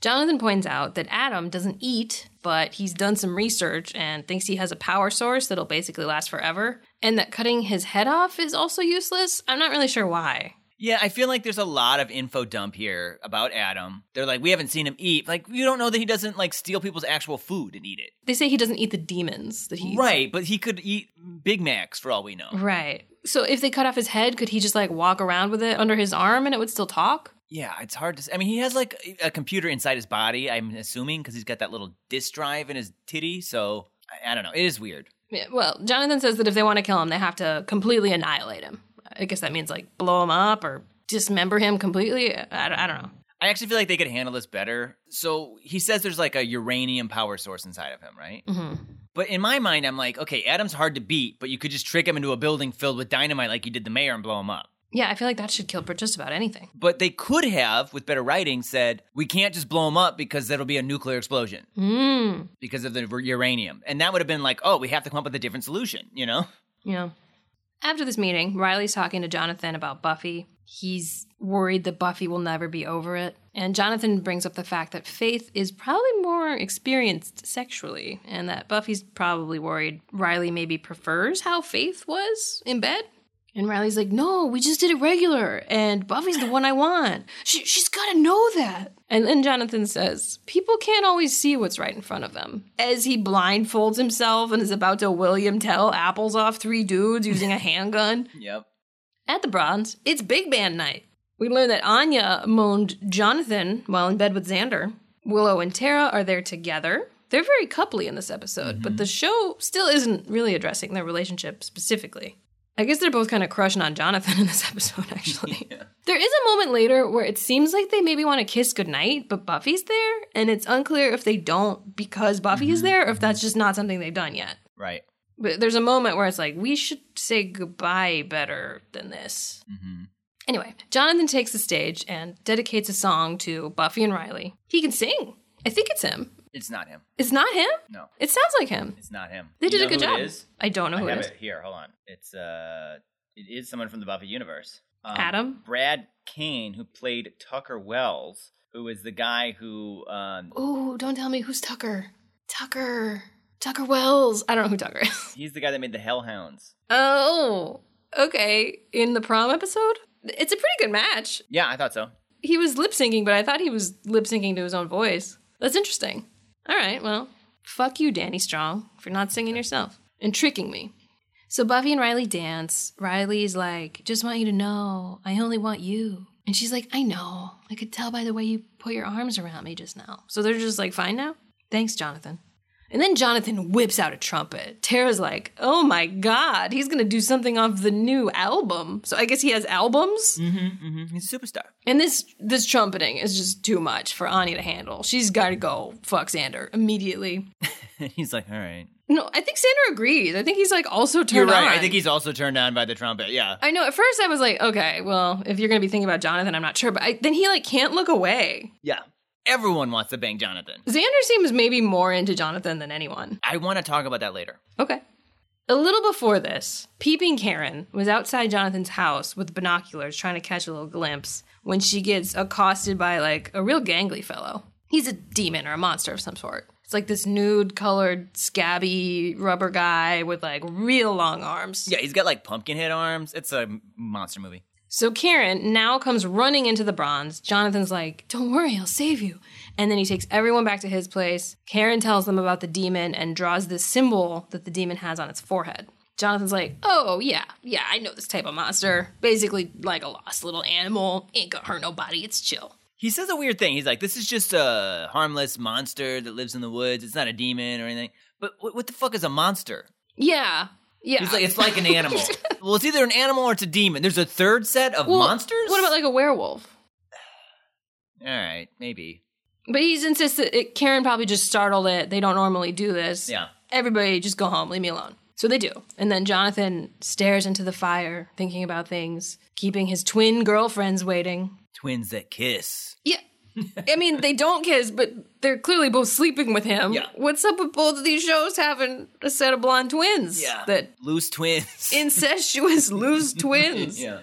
A: Jonathan points out that Adam doesn't eat, but he's done some research and thinks he has a power source that'll basically last forever, and that cutting his head off is also useless. I'm not really sure why.
B: Yeah, I feel like there's a lot of info dump here about Adam. They're like, we haven't seen him eat. Like, you don't know that he doesn't like steal people's actual food and eat it.
A: They say he doesn't eat the demons that he eats.
B: Right, but he could eat Big Macs for all we know.
A: Right. So if they cut off his head, could he just like walk around with it under his arm and it would still talk?
B: Yeah, it's hard to. s- I mean, he has like a computer inside his body. I'm assuming because he's got that little disk drive in his titty. So I, I don't know. It is weird.
A: Yeah, well, Jonathan says that if they want to kill him, they have to completely annihilate him. I guess that means like blow him up or dismember him completely. I, I don't know.
B: I actually feel like they could handle this better. So he says there's like a uranium power source inside of him, right? Mm-hmm. But in my mind, I'm like, okay, Adam's hard to beat, but you could just trick him into a building filled with dynamite like you did the mayor and blow him up.
A: Yeah, I feel like that should kill for just about anything.
B: But they could have, with better writing, said, we can't just blow him up because that'll be a nuclear explosion
A: Mm,
B: because of the uranium. And that would have been like, oh, we have to come up with a different solution, you know? <laughs>
A: you know. After this meeting, Riley's talking to Jonathan about Buffy. He's worried that Buffy will never be over it. And Jonathan brings up the fact that Faith is probably more experienced sexually and that Buffy's probably worried Riley maybe prefers how Faith was in bed. And Riley's like, no, we just did it regular, and Buffy's the one I want. She, she's got to know that. And then Jonathan says, people can't always see what's right in front of them. As he blindfolds himself and is about to William Tell apples off three dudes using a handgun.
B: Yep.
A: At the Bronze, it's big band night. We learn that Anya moaned Jonathan while in bed with Xander. Willow and Tara are there together. They're very coupley in this episode, but the show still isn't really addressing their relationship specifically. I guess they're both kind of crushing on Jonathan in this <laughs> episode, actually. There is a moment later where it seems like they maybe want to kiss goodnight, but Buffy's there, and it's unclear if they don't because Buffy is there or if that's just not something they've done yet.
B: Right.
A: But there's a moment where it's like, we should say goodbye better than this.
B: Mm-hmm.
A: Anyway, Jonathan takes the stage and dedicates a song to Buffy and Riley. He can sing. I think it's him.
B: It's not him.
A: It's not him?
B: No.
A: It sounds like him.
B: It's not him.
A: They
B: You
A: did
B: know
A: a good
B: who
A: job.
B: It is?
A: I don't know
B: I
A: who
B: have
A: it is.
B: it here. Hold on. It's uh, it is someone from the Buffy universe. Um,
A: Adam?
B: Brad Kane, who played Tucker Wells, who is the guy who um,
A: Oh, don't tell me who's Tucker. Tucker. Tucker Wells. I don't know who Tucker is. <laughs>
B: he's the guy that made the Hellhounds.
A: Oh, okay. In the prom episode? It's a pretty good match.
B: Yeah, I thought so.
A: He was lip syncing, but I thought he was lip syncing to his own voice. That's interesting. All right, well, fuck you, Danny Strong, for not singing yourself and tricking me. So Buffy and Riley dance. Riley's like, just want you to know, I only want you. And she's like, I know. I could tell by the way you put your arms around me just now. So they're just like, fine now? Thanks, Jonathan. And then Jonathan whips out a trumpet. Tara's like, oh my God, he's gonna do something off the new album. So I guess he has albums?
B: Mm-hmm, He's a superstar.
A: And this this trumpeting is just too much for Anya to handle. She's got to go fuck Xander immediately.
B: <laughs> he's like, all right.
A: No, I think Xander agrees. I think he's like also turned
B: You're right. I
A: on.
B: think he's also turned on by the trumpet. Yeah.
A: I know. At first, I was like, okay, well, if you're gonna be thinking about Jonathan, I'm not sure. But I, then he like can't look away.
B: Yeah. Everyone wants to bang Jonathan.
A: Xander seems maybe more into Jonathan than anyone.
B: I want to talk about that later.
A: Okay. A little before this, Peeping Karen was outside Jonathan's house with binoculars trying to catch a little glimpse when she gets accosted by like a real gangly fellow. He's a demon or a monster of some sort. It's like this nude colored scabby rubber guy with like real long arms.
B: Yeah, he's got like pumpkin head arms. It's a m- monster movie.
A: So Karen now comes running into the bronze. Jonathan's like, Don't worry, I'll save you. And then he takes everyone back to his place. Karen tells them about the demon and draws this symbol that the demon has on its forehead. Jonathan's like, Oh, yeah, yeah, I know this type of monster. Basically, like a lost little animal. Ain't gonna hurt nobody, it's chill.
B: He says a weird thing. He's like, "This is just a harmless monster that lives in the woods. It's not a demon or anything." But what, what the fuck is a monster?
A: Yeah, yeah.
B: He's like, "It's like an animal." well, it's either an animal or it's a demon. There's a third set of
A: Well,
B: monsters.
A: <laughs> What about like a werewolf?
B: All right, maybe.
A: But he's insisted, it, Karen probably just startled it. They don't normally do this.
B: Yeah.
A: Everybody just go home, leave me alone. So they do. And then Jonathan stares into the fire, thinking about things, keeping his twin girlfriends waiting.
B: Twins that kiss.
A: Yeah. <laughs> I mean, they don't kiss, but they're clearly both sleeping with him.
B: Yeah.
A: What's up with both of these shows having a set of blonde twins? That
B: loose twins.
A: incestuous <laughs> loose twins.
B: <laughs> yeah.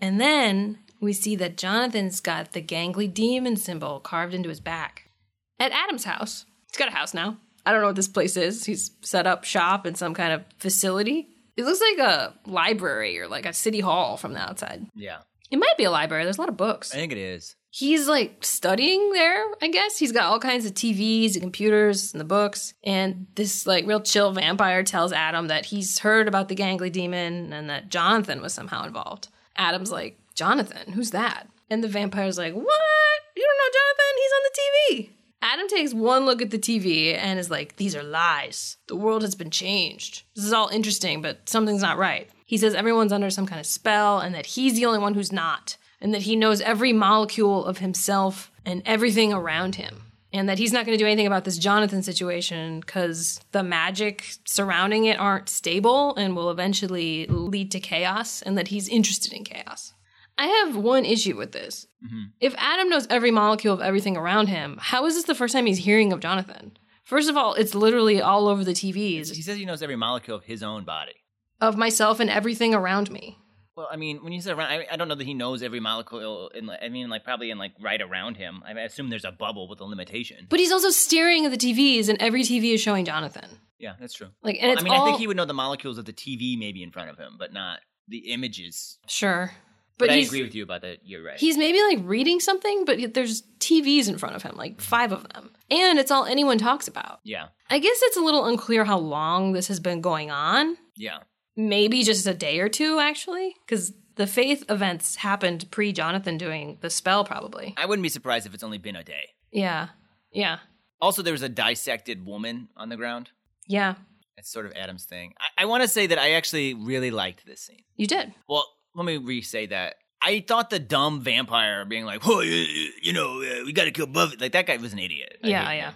A: And then we see that Jonathan's got the gangly demon symbol carved into his back. At Adam's house, he's got a house now. I don't know what this place is. He's set up shop in some kind of facility. It looks like a library or like a city hall from the outside.
B: Yeah.
A: It might be a library. There's a lot of books.
B: I think it is.
A: He's like studying there, I guess. He's got all kinds of TVs and computers and the books. And this like real chill vampire tells Adam that he's heard about the gangly demon and that Jonathan was somehow involved. Adam's like, Jonathan, who's that? And the vampire's like, What? You don't know Jonathan? He's on the TV. Adam takes one look at the TV and is like, These are lies. The world has been changed. This is all interesting, but something's not right. He says everyone's under some kind of spell and that he's the only one who's not, and that he knows every molecule of himself and everything around him, and that he's not going to do anything about this Jonathan situation because the magic surrounding it aren't stable and will eventually lead to chaos, and that he's interested in chaos. I have one issue with this.
B: Mm-hmm.
A: If Adam knows every molecule of everything around him, how is this the first time he's hearing of Jonathan? First of all, it's literally all over the TVs
B: He says he knows every molecule of his own body.
A: of myself and everything around me.
B: Well, I mean, when you say around, I, I don't know that he knows every molecule. In, like- I mean, like probably in like right around him. I, I assume there's a bubble with a limitation.
A: But he's also staring at the TVs, and every TV is showing Jonathan.
B: Yeah, that's true.
A: Like, and it's
B: I mean,
A: all
B: I think he would know the molecules of the TV maybe in front of him, but not the images.
A: sure,
B: But,
A: but,
B: I
A: he's
B: agree with you about that. You're right.
A: he's maybe like reading something, but yet there's TVs in front of him, like five of them, and it's all anyone talks about.
B: yeah,
A: I guess it's a little unclear how long this has been going on.
B: yeah,
A: Maybe just a day or two, actually, because the faith events happened pre Jonathan doing the spell, probably.
B: I wouldn't be surprised if it's only been a day.
A: Yeah, yeah,
B: Also, there was a dissected woman on the ground.
A: yeah.
B: That's sort of Adam's thing. I, I want to say that I actually really liked this scene.
A: You did.
B: Well, let me re say that. I thought the dumb vampire being like, "Oh, you, you- you know, uh, we got to kill Buffy," like that guy was an idiot. I
A: yeah,
B: hate
A: yeah.
B: him.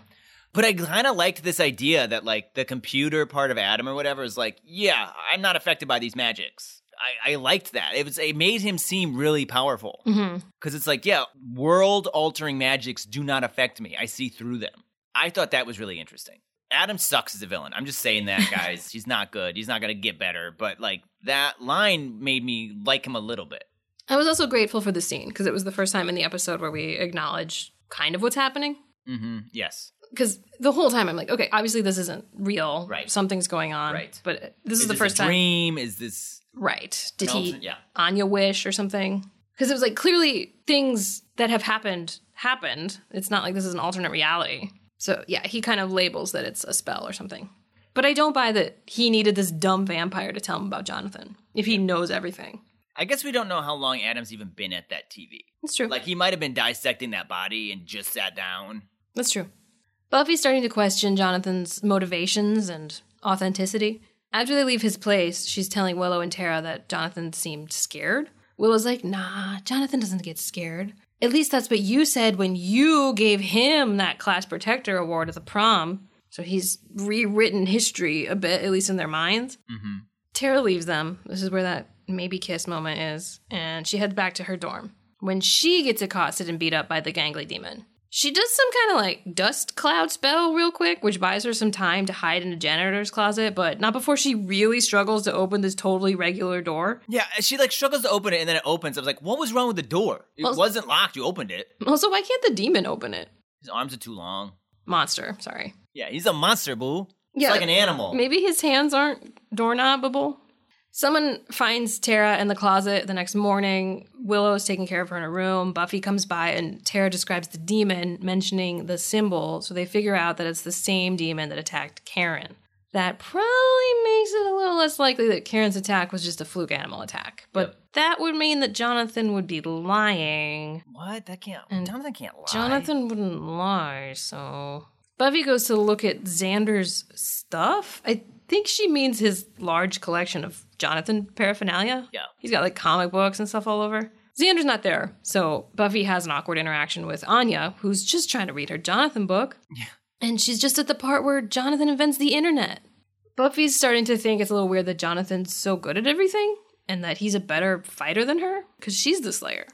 B: But I kind of liked this idea that like the computer part of Adam or whatever is like, "Yeah, I'm not affected by these magics." I, I liked that. It was it made him seem really powerful
A: hmm
B: because it's like, yeah, world altering magics do not affect me. I see through them. I thought that was really interesting. Adam sucks as a villain. I'm just
A: <laughs>
B: saying that, guys. He's not good. He's not going to get better. But like that line made me like him a little bit.
A: I was also grateful for the scene because it was the first time in the episode where we acknowledge kind of what's happening.
B: hmm Yes.
A: Because the whole time I'm like, okay, obviously this isn't real.
B: Right.
A: Something's going on.
B: Right.
A: But this is, the
B: this
A: first
B: a
A: time.
B: Dream is this.
A: Right. Did
B: an
A: he
B: alternate- yeah.
A: Anya wish or something? Because it was like clearly things that have happened happened. It's not like this is an alternate reality. So yeah, he kind of labels that it's a spell or something. But I don't buy that he needed this dumb vampire to tell him about Jonathan if he knows everything.
B: I guess we don't know how long Adam's even been at that TV.
A: It's true.
B: Like he might have been dissecting that body and just sat down.
A: That's true. Buffy's starting to question Jonathan's motivations and authenticity. After they leave his place, she's telling Willow and Tara that Jonathan seemed scared. Willow's like, nah, Jonathan doesn't get scared. At least that's what you said when you gave him that class protector award at the prom. So he's rewritten history a bit, at least in their minds. Tara leaves them. This is where that maybe kiss moment is. And she heads back to her dorm. When she gets accosted and beat up by the gangly demon, she does some kind of like dust cloud spell real quick, which buys her some time to hide in a janitor's closet, but not before she really struggles to open this totally regular door.
B: Yeah, she like struggles to open it and then it opens. I was like, what was wrong with the door? It
A: Well-
B: wasn't locked. You opened it.
A: Also, why can't the demon open it?
B: His arms are too long.
A: Monster, sorry.
B: Yeah, he's a monster, boo. He's
A: Yeah.
B: like an animal.
A: Maybe his hands aren't doorknobable. Someone finds Tara in the closet the next morning. Willow's taking care of her in her room. Buffy comes by and Tara describes the demon, mentioning the symbol. So they figure out that it's the same demon that attacked Karen. That probably makes it a little less likely that Karen's attack was just a fluke animal attack. But
B: Yep.
A: that would mean that Jonathan would be lying.
B: What? That can't.
A: And
B: Jonathan can't lie.
A: Jonathan wouldn't lie, so Buffy goes to look at Xander's stuff. I think she means his large collection of Jonathan paraphernalia.
B: Yeah.
A: He's got like comic books and stuff all over. Xander's not there, so Buffy has an awkward interaction with Anya, who's just trying to read her Jonathan book. Yeah. And she's just at the part where Jonathan invents the internet. Buffy's starting to think it's a little weird that Jonathan's so good at everything and that he's a better fighter than her because she's the Slayer.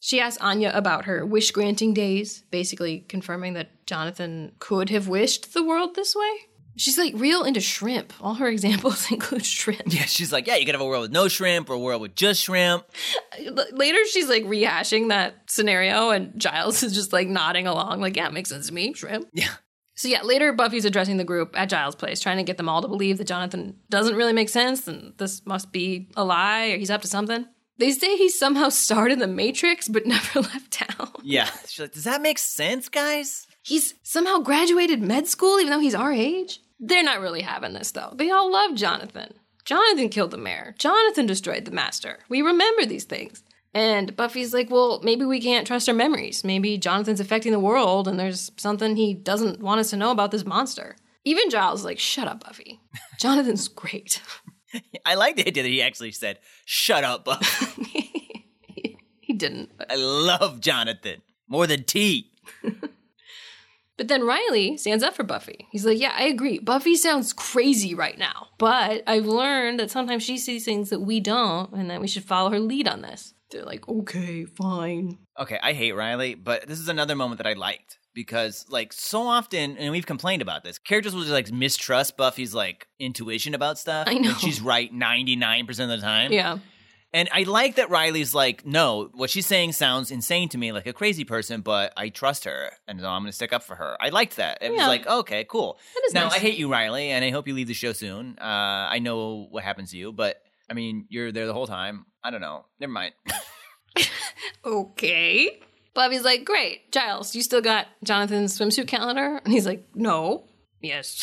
A: She asks Anya about her wish granting days, basically confirming that Jonathan could have wished the world this way. She's like real into shrimp. All her <laughs> examples include shrimp.
B: <laughs> Yeah, she's like, yeah, you could have a world with no shrimp or a world with just shrimp. <laughs>
A: L- Later, she's like rehashing that scenario, and Giles <laughs> is just like nodding along, like, yeah, makes sense to me, shrimp.
B: Yeah.
A: So yeah, later Buffy's addressing the group at Giles' place, trying to get them all to believe that Jonathan doesn't really make sense and this must be a lie or he's up to something. They say he somehow started the Matrix but <laughs> never left town.
B: Yeah. She's like, does that make sense, guys? <laughs>
A: He's somehow graduated med school even though he's our age. They're not really having this though. They all love Jonathan. Jonathan killed the mayor. Jonathan destroyed the master. We remember these things. And Buffy's like, well, maybe we can't trust our memories. Maybe Jonathan's affecting the world and there's something he doesn't want us to know about this monster. Even Giles is like, shut up, Buffy. <laughs> Jonathan's great. <laughs>
B: I like the idea that he actually said, shut up, Buffy.
A: he didn't. But.
B: <laughs> I love Jonathan more than tea.
A: but then Riley stands up for Buffy. He's like, yeah, I agree. Buffy sounds crazy right now, but I've learned that sometimes she sees things that we don't and that we should follow her lead on this. They're like, okay, fine.
B: Okay, I hate Riley, but this is another moment that I liked because, like, so often, and we've complained about this, characters will just like mistrust Buffy's like intuition about
A: <laughs>
B: stuff.
A: I
B: and
A: know.
B: she's right ninety nine percent of the time.
A: Yeah.
B: And I like that Riley's like, no, what she's saying sounds insane to me, like a crazy person, but I trust her, and so I'm going to stick up for her. I liked that. It was
A: Yeah.
B: like, okay, cool.
A: That is
B: now
A: nice.
B: I hate you, Riley, and I hope you leave the show soon. Uh, I know what happens to you, but I mean, you're there the whole time. I don't know. Never mind. <laughs>
A: okay. Bobby's like, great, Giles, you still got Jonathan's swimsuit calendar? And he's like, no. <laughs> Yes.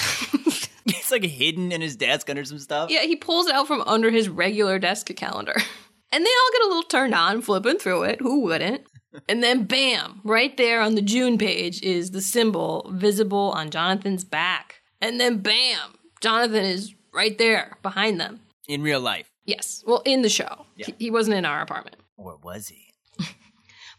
B: it's like hidden in his desk under some stuff.
A: yeah, he pulls it out from under his regular desk calendar. <laughs> And they all get a little turned on flipping through it. Who wouldn't? And then, bam, right there on the June page is the symbol visible on Jonathan's back. And then, bam, Jonathan is right there behind them.
B: in real life.
A: Yes. Well, in the show.
B: Yeah.
A: He- he wasn't in our apartment.
B: Or was he?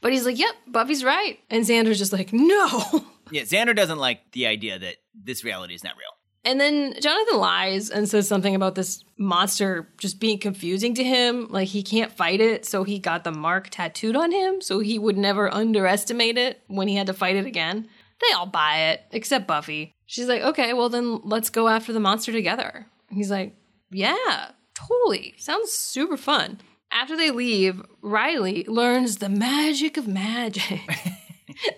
A: But he's like, yep, Buffy's right. And Xander's just like, no. <laughs>
B: Yeah, Xander doesn't like the idea that this reality is not real.
A: And then Jonathan lies and says something about this monster just being confusing to him. Like he can't fight it, so he got the mark tattooed on him, so he would never underestimate it when he had to fight it again. They all buy it, except Buffy. She's like, okay, well then let's go after the monster together. And he's like, yeah, totally. Sounds super fun. After they leave, Riley learns the magic of magic. <laughs>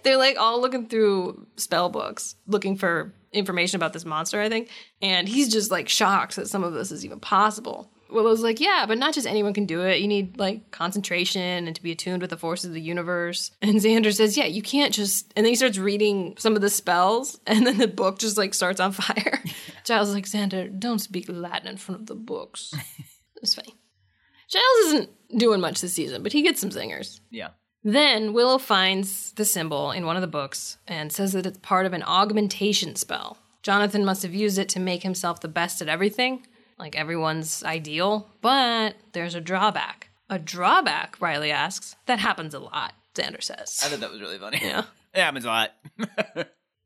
A: They're like all looking through spell books, looking for information about this monster, I think. And he's just like shocked that some of this is even possible. Willow's like, yeah, but not just anyone can do it. You need like concentration and to be attuned with the forces of the universe. And Xander says, yeah, you can't just. And then he starts reading some of the spells, <laughs> and then the book just like starts on <laughs> fire. Giles is like, Xander, don't speak Latin in front of the books. it's funny. Giles isn't doing much this season, but he gets some zingers.
B: Yeah.
A: Then Willow finds the symbol in one of the books and says that it's part of an augmentation spell. Jonathan must have used it to make himself the best at everything, like everyone's ideal, but there's a drawback. A drawback, Riley asks. That happens a lot, Xander
B: I
A: says.
B: thought that was really funny.
A: Yeah.
B: <laughs> It happens a lot.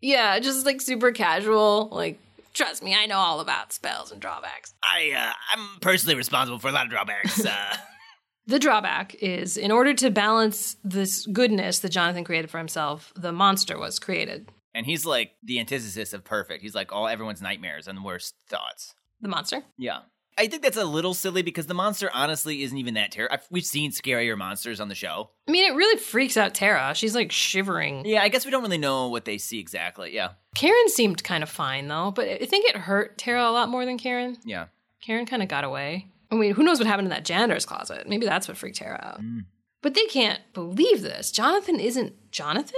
A: Yeah, just like super casual, like, trust me, I know all about spells and drawbacks.
B: I uh, I'm personally responsible for a lot of drawbacks. <laughs> Uh,
A: The drawback is in order to balance this goodness that Jonathan created for himself, the monster was created.
B: and he's like the antithesis of perfect. He's like all everyone's nightmares and worst thoughts.
A: The monster?
B: Yeah. I think that's a little silly because the monster honestly isn't even that terrible. We've seen scarier monsters on the show.
A: I mean, it really freaks out Tara. She's like shivering.
B: Yeah, I guess we don't really know what they see exactly. Yeah.
A: Karen seemed kind of fine though, but I think it hurt Tara a lot more than Karen.
B: Yeah.
A: Karen kind of got away. I mean, who knows what happened in that janitor's closet? Maybe that's what freaked Tara out. But they can't believe this. Jonathan isn't Jonathan?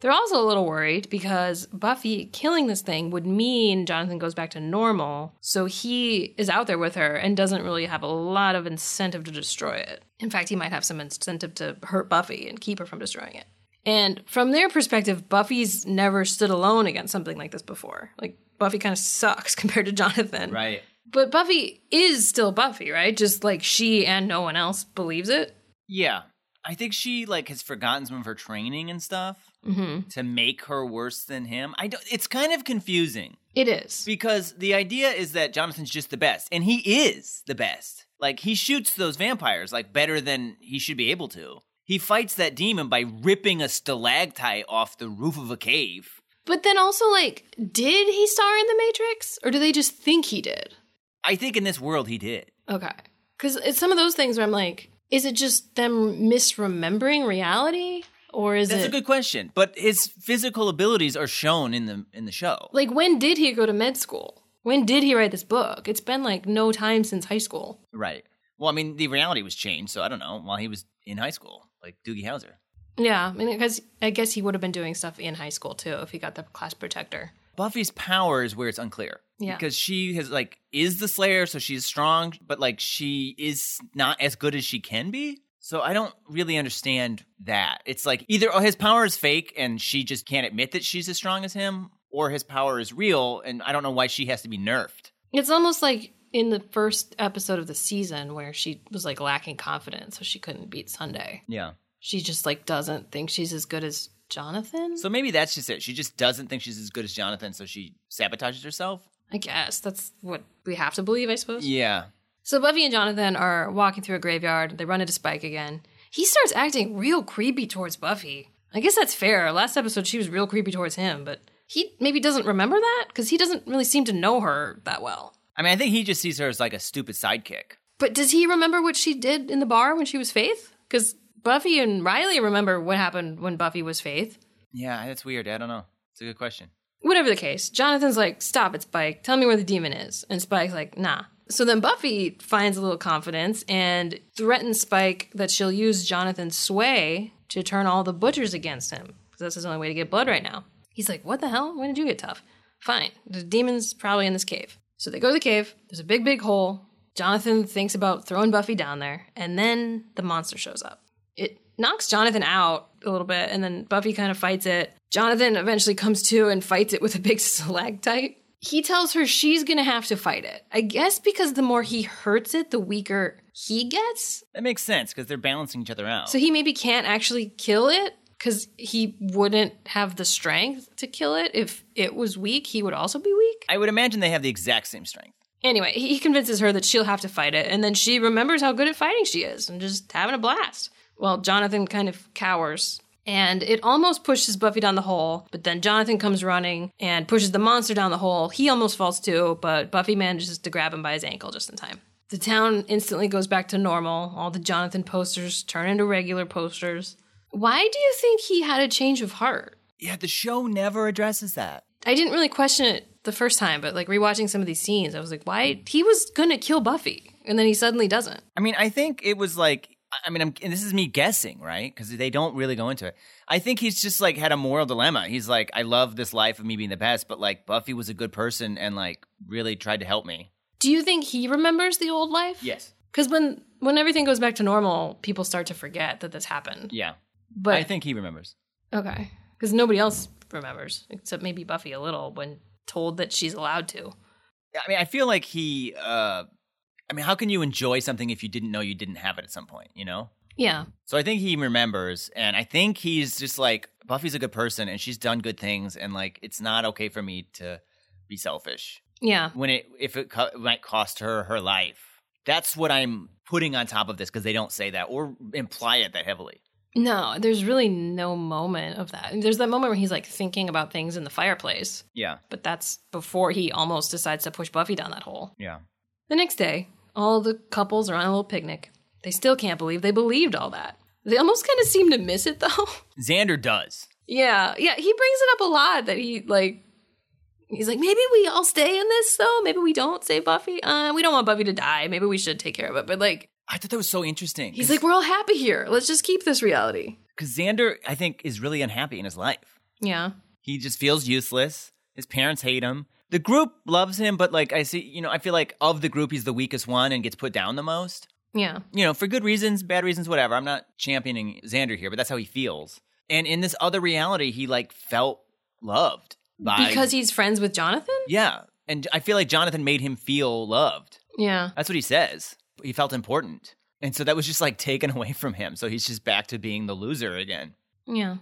A: They're also a little worried because Buffy killing this thing would mean Jonathan goes back to normal. So he is out there with her and doesn't really have a lot of incentive to destroy it. In fact, he might have some incentive to hurt Buffy and keep her from destroying it. And from their perspective, Buffy's never stood alone against something like this before. Like, Buffy kind of sucks <laughs> compared to Jonathan.
B: Right.
A: But Buffy is still Buffy, right? Just like she and no one else believes it.
B: Yeah. I think she like has forgotten some of her training and stuff
A: Mm-hmm.
B: to make her worse than him. I don't it's kind of confusing
A: It is.
B: because the idea is that Jonathan's just the best and he is the best. Like he shoots those vampires like better than he should be able to. He fights that demon by ripping a stalactite off the roof of a cave.
A: But then also, like, did he star in The Matrix? Or do they just think he did?
B: I think in this world he did.
A: Okay. Because it's some of those things where I'm like, is it just them misremembering reality? Or is
B: That's
A: it.
B: a good question, but his physical abilities are shown in the in the show.
A: like, when did he go to med school? When did he write this book? It's been like no time since high school.
B: Right. Well, I mean, the reality was changed, so I don't know. While he was in high school, like Doogie Howser.
A: Yeah. Because I guess he would have been doing stuff in high school too if he got the class protector.
B: Buffy's power is where it's unclear.
A: Yeah.
B: Because she has like is the Slayer, so she's strong, but like she is not as good as she can be. So I don't really understand that. It's like either oh, his power is fake and she just can't admit that she's as strong as him, or his power is real and I don't know why she has to be nerfed.
A: It's almost like in the first episode of the season where she was like lacking confidence, so she couldn't beat Sunday.
B: Yeah.
A: She just like doesn't think she's as good as Jonathan.
B: So maybe that's just it. She just doesn't think she's as good as Jonathan, so she sabotages herself.
A: I guess that's what we have to believe, I suppose.
B: Yeah.
A: So Buffy and Jonathan are walking through a graveyard. They run into Spike again. He starts acting real creepy towards Buffy. I guess that's fair. Last episode, she was real creepy towards him, but he maybe doesn't remember that because he doesn't really seem to know her that well.
B: I mean, I think he just sees her as like a stupid sidekick.
A: But does he remember what she did in the bar when she was Faith? Because Buffy and Riley remember what happened when Buffy was Faith.
B: Yeah, that's weird. I don't know. It's a good question.
A: Whatever the case, Jonathan's like, Stop it, Spike. Tell me where the demon is. And Spike's like, Nah. So then Buffy finds a little confidence and threatens Spike that she'll use Jonathan's sway to turn all the butchers against him. Because that's his only way to get blood right now. He's like, What the hell? When did you get tough? Fine. The demon's probably in this cave. So they go to the cave. There's a big, big hole. Jonathan thinks about throwing Buffy down there. And then the monster shows up it knocks Jonathan out a little bit, and then Buffy kind of fights it. Jonathan eventually comes to and fights it with a big <laughs> stalactite. He tells her she's gonna have to fight it. I guess because the more he hurts it, the weaker he gets.
B: That makes sense because they're balancing each other out.
A: So he maybe can't actually kill it because he wouldn't have the strength to kill it. If it was weak, he would also be weak.
B: I would imagine they have the exact same strength.
A: Anyway, he convinces her that she'll have to fight it, and then she remembers how good at fighting she is and just having a blast. Well, Jonathan kind of cowers, and it almost pushes Buffy down the hole, but then Jonathan comes running and pushes the monster down the hole. He almost falls too, but Buffy manages to grab him by his ankle just in time. The town instantly goes back to normal. All the Jonathan posters turn into regular posters. Why do you think he had a change of heart?
B: Yeah, the show never addresses that.
A: I didn't really question it the first time, but like rewatching some of these scenes, I was like, why? He was gonna kill Buffy, and then he suddenly doesn't.
B: I mean, I think it was like, I- I mean, I'm, and this is me guessing, right? Because they don't really go into it. I think he's just like had a moral dilemma. He's like, I love this life of me being the best, but like Buffy was a good person and like really tried to help me.
A: Do you think he remembers the old life?
B: Yes.
A: Because when when everything goes back to normal, people start to forget that this happened.
B: Yeah.
A: But
B: I think he remembers.
A: okay, because nobody else remembers except maybe Buffy a little when told that she's allowed to.
B: I mean, I feel like he. Uh, I mean, how can you enjoy something if you didn't know you didn't have it at some point? You know.
A: Yeah,
B: So I think he remembers, and I think he's just like Buffy's a good person, and she's done good things, and like it's not okay for me to be selfish
A: yeah.
B: when it if it co- might cost her her life. That's what I'm putting on top of this because they don't say that or imply it that heavily.
A: No, there's really no moment of that. There's that moment where he's like thinking about things in the fireplace,
B: Yeah,
A: but that's before he almost decides to push Buffy down that hole.
B: yeah.
A: The next day, all the couples are on a little picnic. They still can't believe they believed all that. They almost kind of seem to miss it <laughs> though.
B: Xander does.
A: yeah, yeah, he brings it up a lot that he like he's like maybe we all stay in this though. Maybe we don't say Buffy. Uh, we don't want Buffy to die. Maybe we should take care of it. But like
B: I thought that was so interesting.
A: he's like we're all happy here. Let's just keep this reality.
B: because Xander, I think, is really unhappy in his life.
A: Yeah.
B: He just feels useless. His parents hate him. The group loves him, but like I see, you know, I feel like of the group, he's the weakest one and gets put down the most.
A: Yeah.
B: You know, for good reasons, bad reasons, whatever. I'm not championing Xander here, but that's how he feels. And in this other reality, he like felt loved by
A: Because he's friends with Jonathan?
B: yeah. And I feel like Jonathan made him feel loved.
A: Yeah.
B: That's what he says. He felt important. And so that was just like taken <laughs> away from him. So he's just back to being the loser again.
A: Yeah.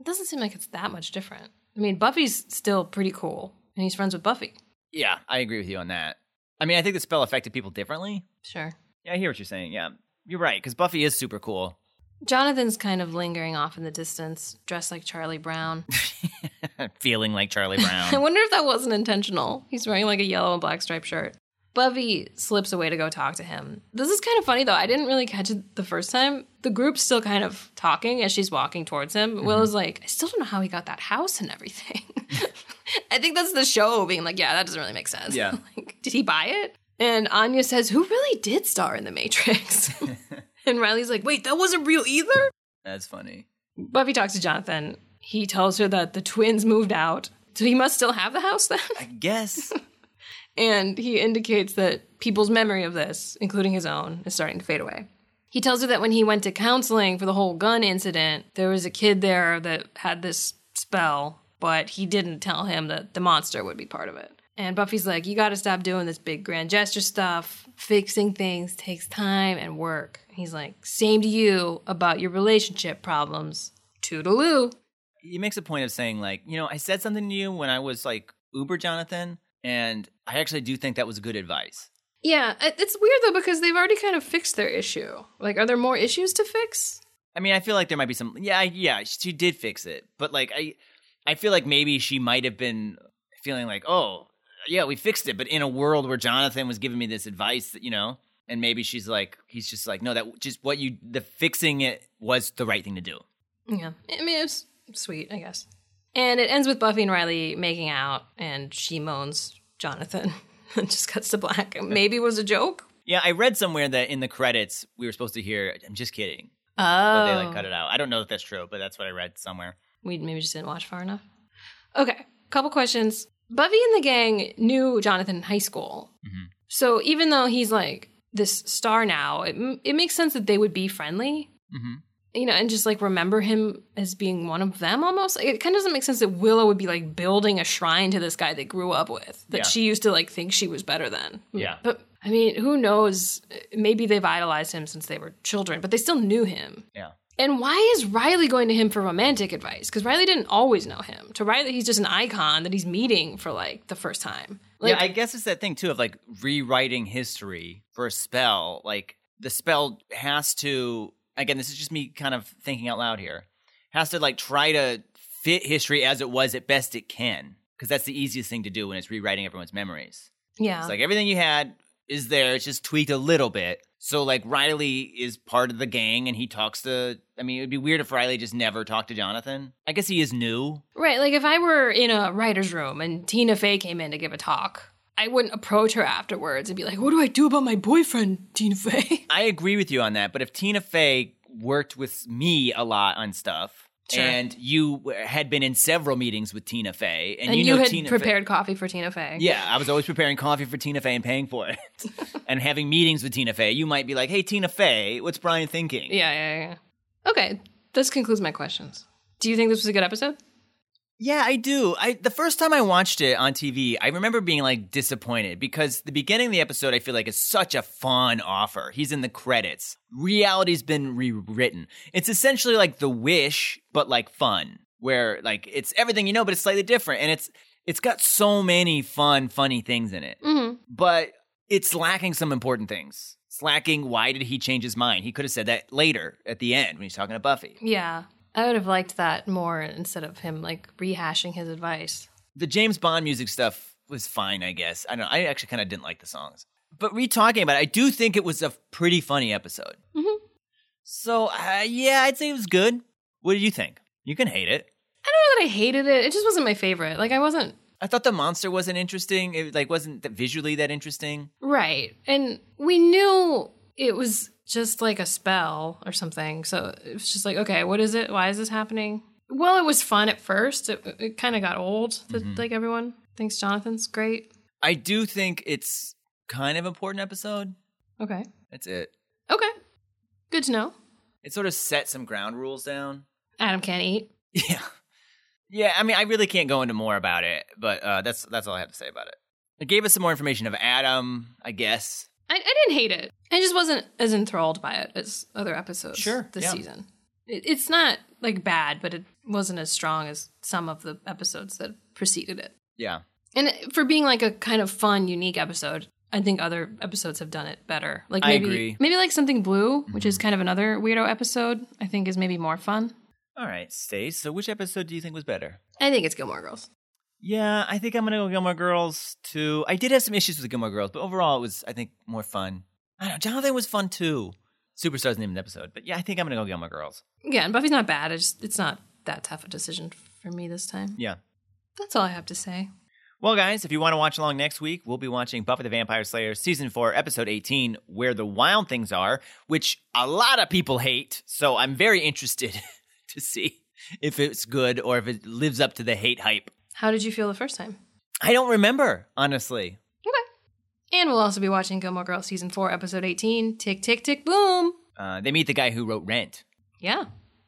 A: It doesn't seem like it's that much different. I mean, Buffy's still pretty cool, and he's friends with Buffy.
B: Yeah, I agree with you on that. I mean, I think the spell affected people differently.
A: Sure.
B: Yeah, I hear what you're saying. Yeah, you're right, because Buffy is super cool. <laughs>
A: Jonathan's kind of lingering off in the distance, dressed like Charlie Brown. <laughs>
B: Feeling like Charlie
A: I
B: Brown.
A: wonder if that wasn't intentional. He's wearing like a yellow and black striped shirt. Buffy slips away to go talk to him. This is kind of funny though. I didn't really catch it the first time. The group's still kind of talking as she's walking towards him. Willow's like, I still don't know how he got that house and everything. <laughs> I think that's the show being like, yeah, that doesn't really make sense.
B: Yeah.
A: <laughs> like, did he buy it? And Anya says, Who really did star in The Matrix? and Riley's like, Wait, that wasn't real either?
B: That's funny.
A: Buffy talks to Jonathan. He tells her that the twins moved out. So he must still have the house then?
B: I guess.
A: <laughs>
B: <laughs>
A: and he indicates that people's memory of this, including his own, is starting to fade away. He tells her that when he went to counseling for the whole gun incident, there was a kid there that had this spell, but he didn't tell him that the monster would be part of it. And Buffy's like, You gotta stop doing this big grand gesture stuff. Fixing things takes time and work. He's like, Same to you about your relationship problems. Toodaloo.
B: he makes a point of saying, like, you know, I said something to you when I was like Uber Jonathan, and I actually do think that was good advice.
A: Yeah, it- it's weird though because they've already kind of fixed their issue. Like, are there more issues to fix?
B: I mean, I feel like there might be some. Yeah, I- yeah, she did fix it, but like, I, I feel like maybe she might have been feeling like, oh, yeah, we fixed it, but in a world where Jonathan was giving me this advice, that, you know, and maybe she's like, he's just like, no, that just what you, the fixing it was the right thing to do.
A: Yeah. I mean, it's sweet, I guess. And it ends with Buffy and Riley making out, and she moans Jonathan <laughs> and just cuts to black. Maybe it was a joke.
B: Yeah, I read somewhere that in the credits we were supposed to hear, I'm just kidding,
A: Oh.
B: but they like cut it out. I don't know if that's true, but that's what I read somewhere.
A: We maybe just didn't watch far enough. Okay, couple questions. Buffy and the gang knew Jonathan in high school.
B: Mm-hmm.
A: So even though he's like this star now, it, m- it makes sense that they would be friendly.
B: Mhm.
A: You know, and just like remember him as being one of them almost. It kind of doesn't make sense that Willow would be like building a shrine to this guy they grew up with that
B: Yeah.
A: she used to like think she was better than.
B: Yeah.
A: But I mean, who knows? Maybe they've idolized him since they were children, but they still knew him.
B: Yeah,
A: And why is Riley going to him for romantic advice? Because Riley didn't always know him. To Riley, he's just an icon that he's meeting for like the first time. Like,
B: yeah, I guess it's that thing too of like rewriting history for a spell. Like the spell has to again, this is just me kind of thinking out loud here. Has to like try to fit history as it was at best it can. Because that's the easiest thing to do when it's rewriting everyone's memories.
A: yeah.
B: It's like everything you had is there, it's just tweaked a little bit. So like Riley is part of the gang and he talks to I mean, it'd be weird if Riley just never talked to Jonathan. I guess he is new.
A: right. Like if I were in a writer's room and Tina Fey came in to give a talk, I wouldn't approach her afterwards and be like, what do I do about my boyfriend, Tina Fey?
B: I agree with you on that, but if Tina Fey worked with me a lot on stuff,
A: Sure.
B: and you w- had been in several meetings with Tina Fey,
A: <laughs>
B: and,
A: And you,
B: know
A: had
B: Tina Fey,
A: prepared coffee for Tina Fey.
B: <laughs> yeah, I was always preparing coffee for Tina Fey and paying for it,
A: <laughs>
B: and having meetings with Tina Fey. You might be like, "Hey, Tina Fey, what's Brian thinking?"
A: Yeah, yeah, yeah. Okay. This concludes my questions. Do you think this was a good episode?
B: Yeah, I do. I the first time I watched it on TV, I remember being like disappointed because the beginning of the episode I feel like is such a fun offer. He's in the credits. Reality's been rewritten. It's essentially like The Wish but like fun, where like it's everything you know but it's slightly different and it's it's got so many fun funny things in it.
A: Mm-hmm.
B: But it's lacking some important things. It's lacking why did he change his mind? He could have said that later at the end when he's talking to Buffy.
A: Yeah. I would have liked that more instead of him like rehashing his advice.
B: the James Bond music stuff was fine, I guess. I don't know. I actually kind of didn't like the songs. But re talking about it, I do think it was a pretty funny episode.
A: Mhm.
B: So, uh, yeah, I'd say it was good. What did you think? You can hate it.
A: I don't know that I hated it. It just wasn't my favorite. Like I wasn't
B: I thought the monster wasn't interesting. It like wasn't th- visually that interesting.
A: right, and we knew it was just like a spell or something. So it was just like, okay, what is it? Why is this happening? Well, it was fun at first. It, it kind of got old. That,
B: Mm-hmm.
A: Like everyone thinks Jonathan's great.
B: I do think it's kind of important episode.
A: Okay,
B: That's it.
A: okay, good to know.
B: It sort of set some ground rules down.
A: Adam can't eat.
B: Yeah. Yeah, I mean, I really can't go into more about it, but uh, that's that's all I have to say about it. It gave us some more information of Adam, I guess.
A: I, I didn't hate it. I just wasn't as enthralled by it as other episodes
B: Sure,
A: this
B: yeah.
A: season. It, it's not like bad, but it wasn't as strong as some of the episodes that preceded it.
B: Yeah.
A: And it- for being like a kind of fun, unique episode, I think other episodes have done it better. Like
B: I
A: maybe
B: agree. Mm-hmm.
A: maybe like something blue, which is kind of another weirdo episode. I think is maybe more fun.
B: All right, Stace. So which episode do you think was better?
A: I think it's Gilmore Girls.
B: Yeah, I think I'm gonna go Gilmore Girls too. I did have some issues with Gilmore Girls, but overall it was I think more fun. I don't know, Jonathan was fun too. Superstars named an episode, but yeah, I think I'm gonna go Gilmore Girls.
A: Yeah, and Buffy's not bad. I just it's not that tough a decision for me this time.
B: Yeah.
A: That's all I have to say.
B: Well, guys, if you want to watch along next week, we'll be watching Buffy the Vampire Slayer season four, episode 18, Where the Wild Things Are, which a lot of people hate. So I'm very interested <laughs> to see if it's good or if it lives up to the hate hype.
A: How did you feel the first time?
B: I don't remember, honestly.
A: Okay. And we'll also be watching Gilmore Girls season four, episode eighteen. Tick tick tick boom.
B: Uh, they meet the guy who wrote Rent.
A: Yeah.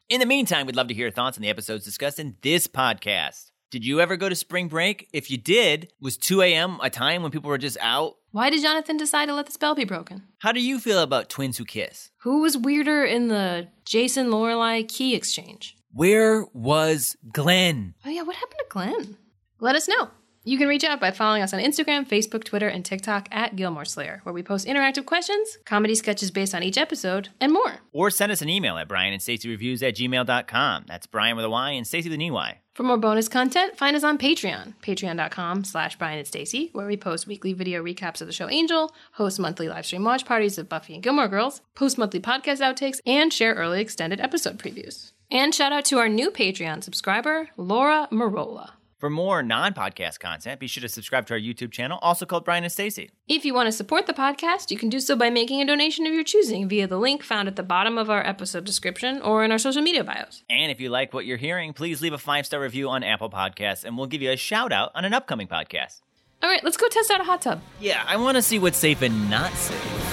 B: In the meantime, we'd love to hear your thoughts on the episodes discussed in this podcast. Did you ever go to spring break? If you did, was 2 a.m. a time when people were just out?
A: Why did Jonathan decide to let the spell be broken?
B: How do you feel about twins who kiss?
A: Who was weirder in the Jason Lorelai key exchange?
B: Where was Glenn?
A: Oh yeah, what happened to Glenn? Let us know. You can reach out by following us on Instagram, Facebook, Twitter, and TikTok at Gilmore Slayer, where we post interactive questions, comedy sketches based on each episode, and more.
B: or send us an email at brian and stacy reviews at gmail.com that's brian with a y and stacy with an ey
A: For more bonus content, find us on Patreon, patreon.com slash Brian and Stacey, where we post weekly video recaps of the show Angel, host monthly live stream watch parties of Buffy and Gilmore Girls, post monthly podcast outtakes, and share early extended episode previews. And shout out to our new Patreon subscriber, Laura Marola.
B: for more non-podcast content be sure to subscribe to our youtube channel also called brian and stacy
A: If you want to support the podcast, you can do so by making a donation of your choosing via the link found at the bottom of our episode description or in our social media bios.
B: and if you like what you're hearing please leave a five-star review on apple podcasts and we'll give you a shout out on an upcoming podcast
A: All right, let's go test out a hot tub.
B: yeah i want to see what's safe and not safe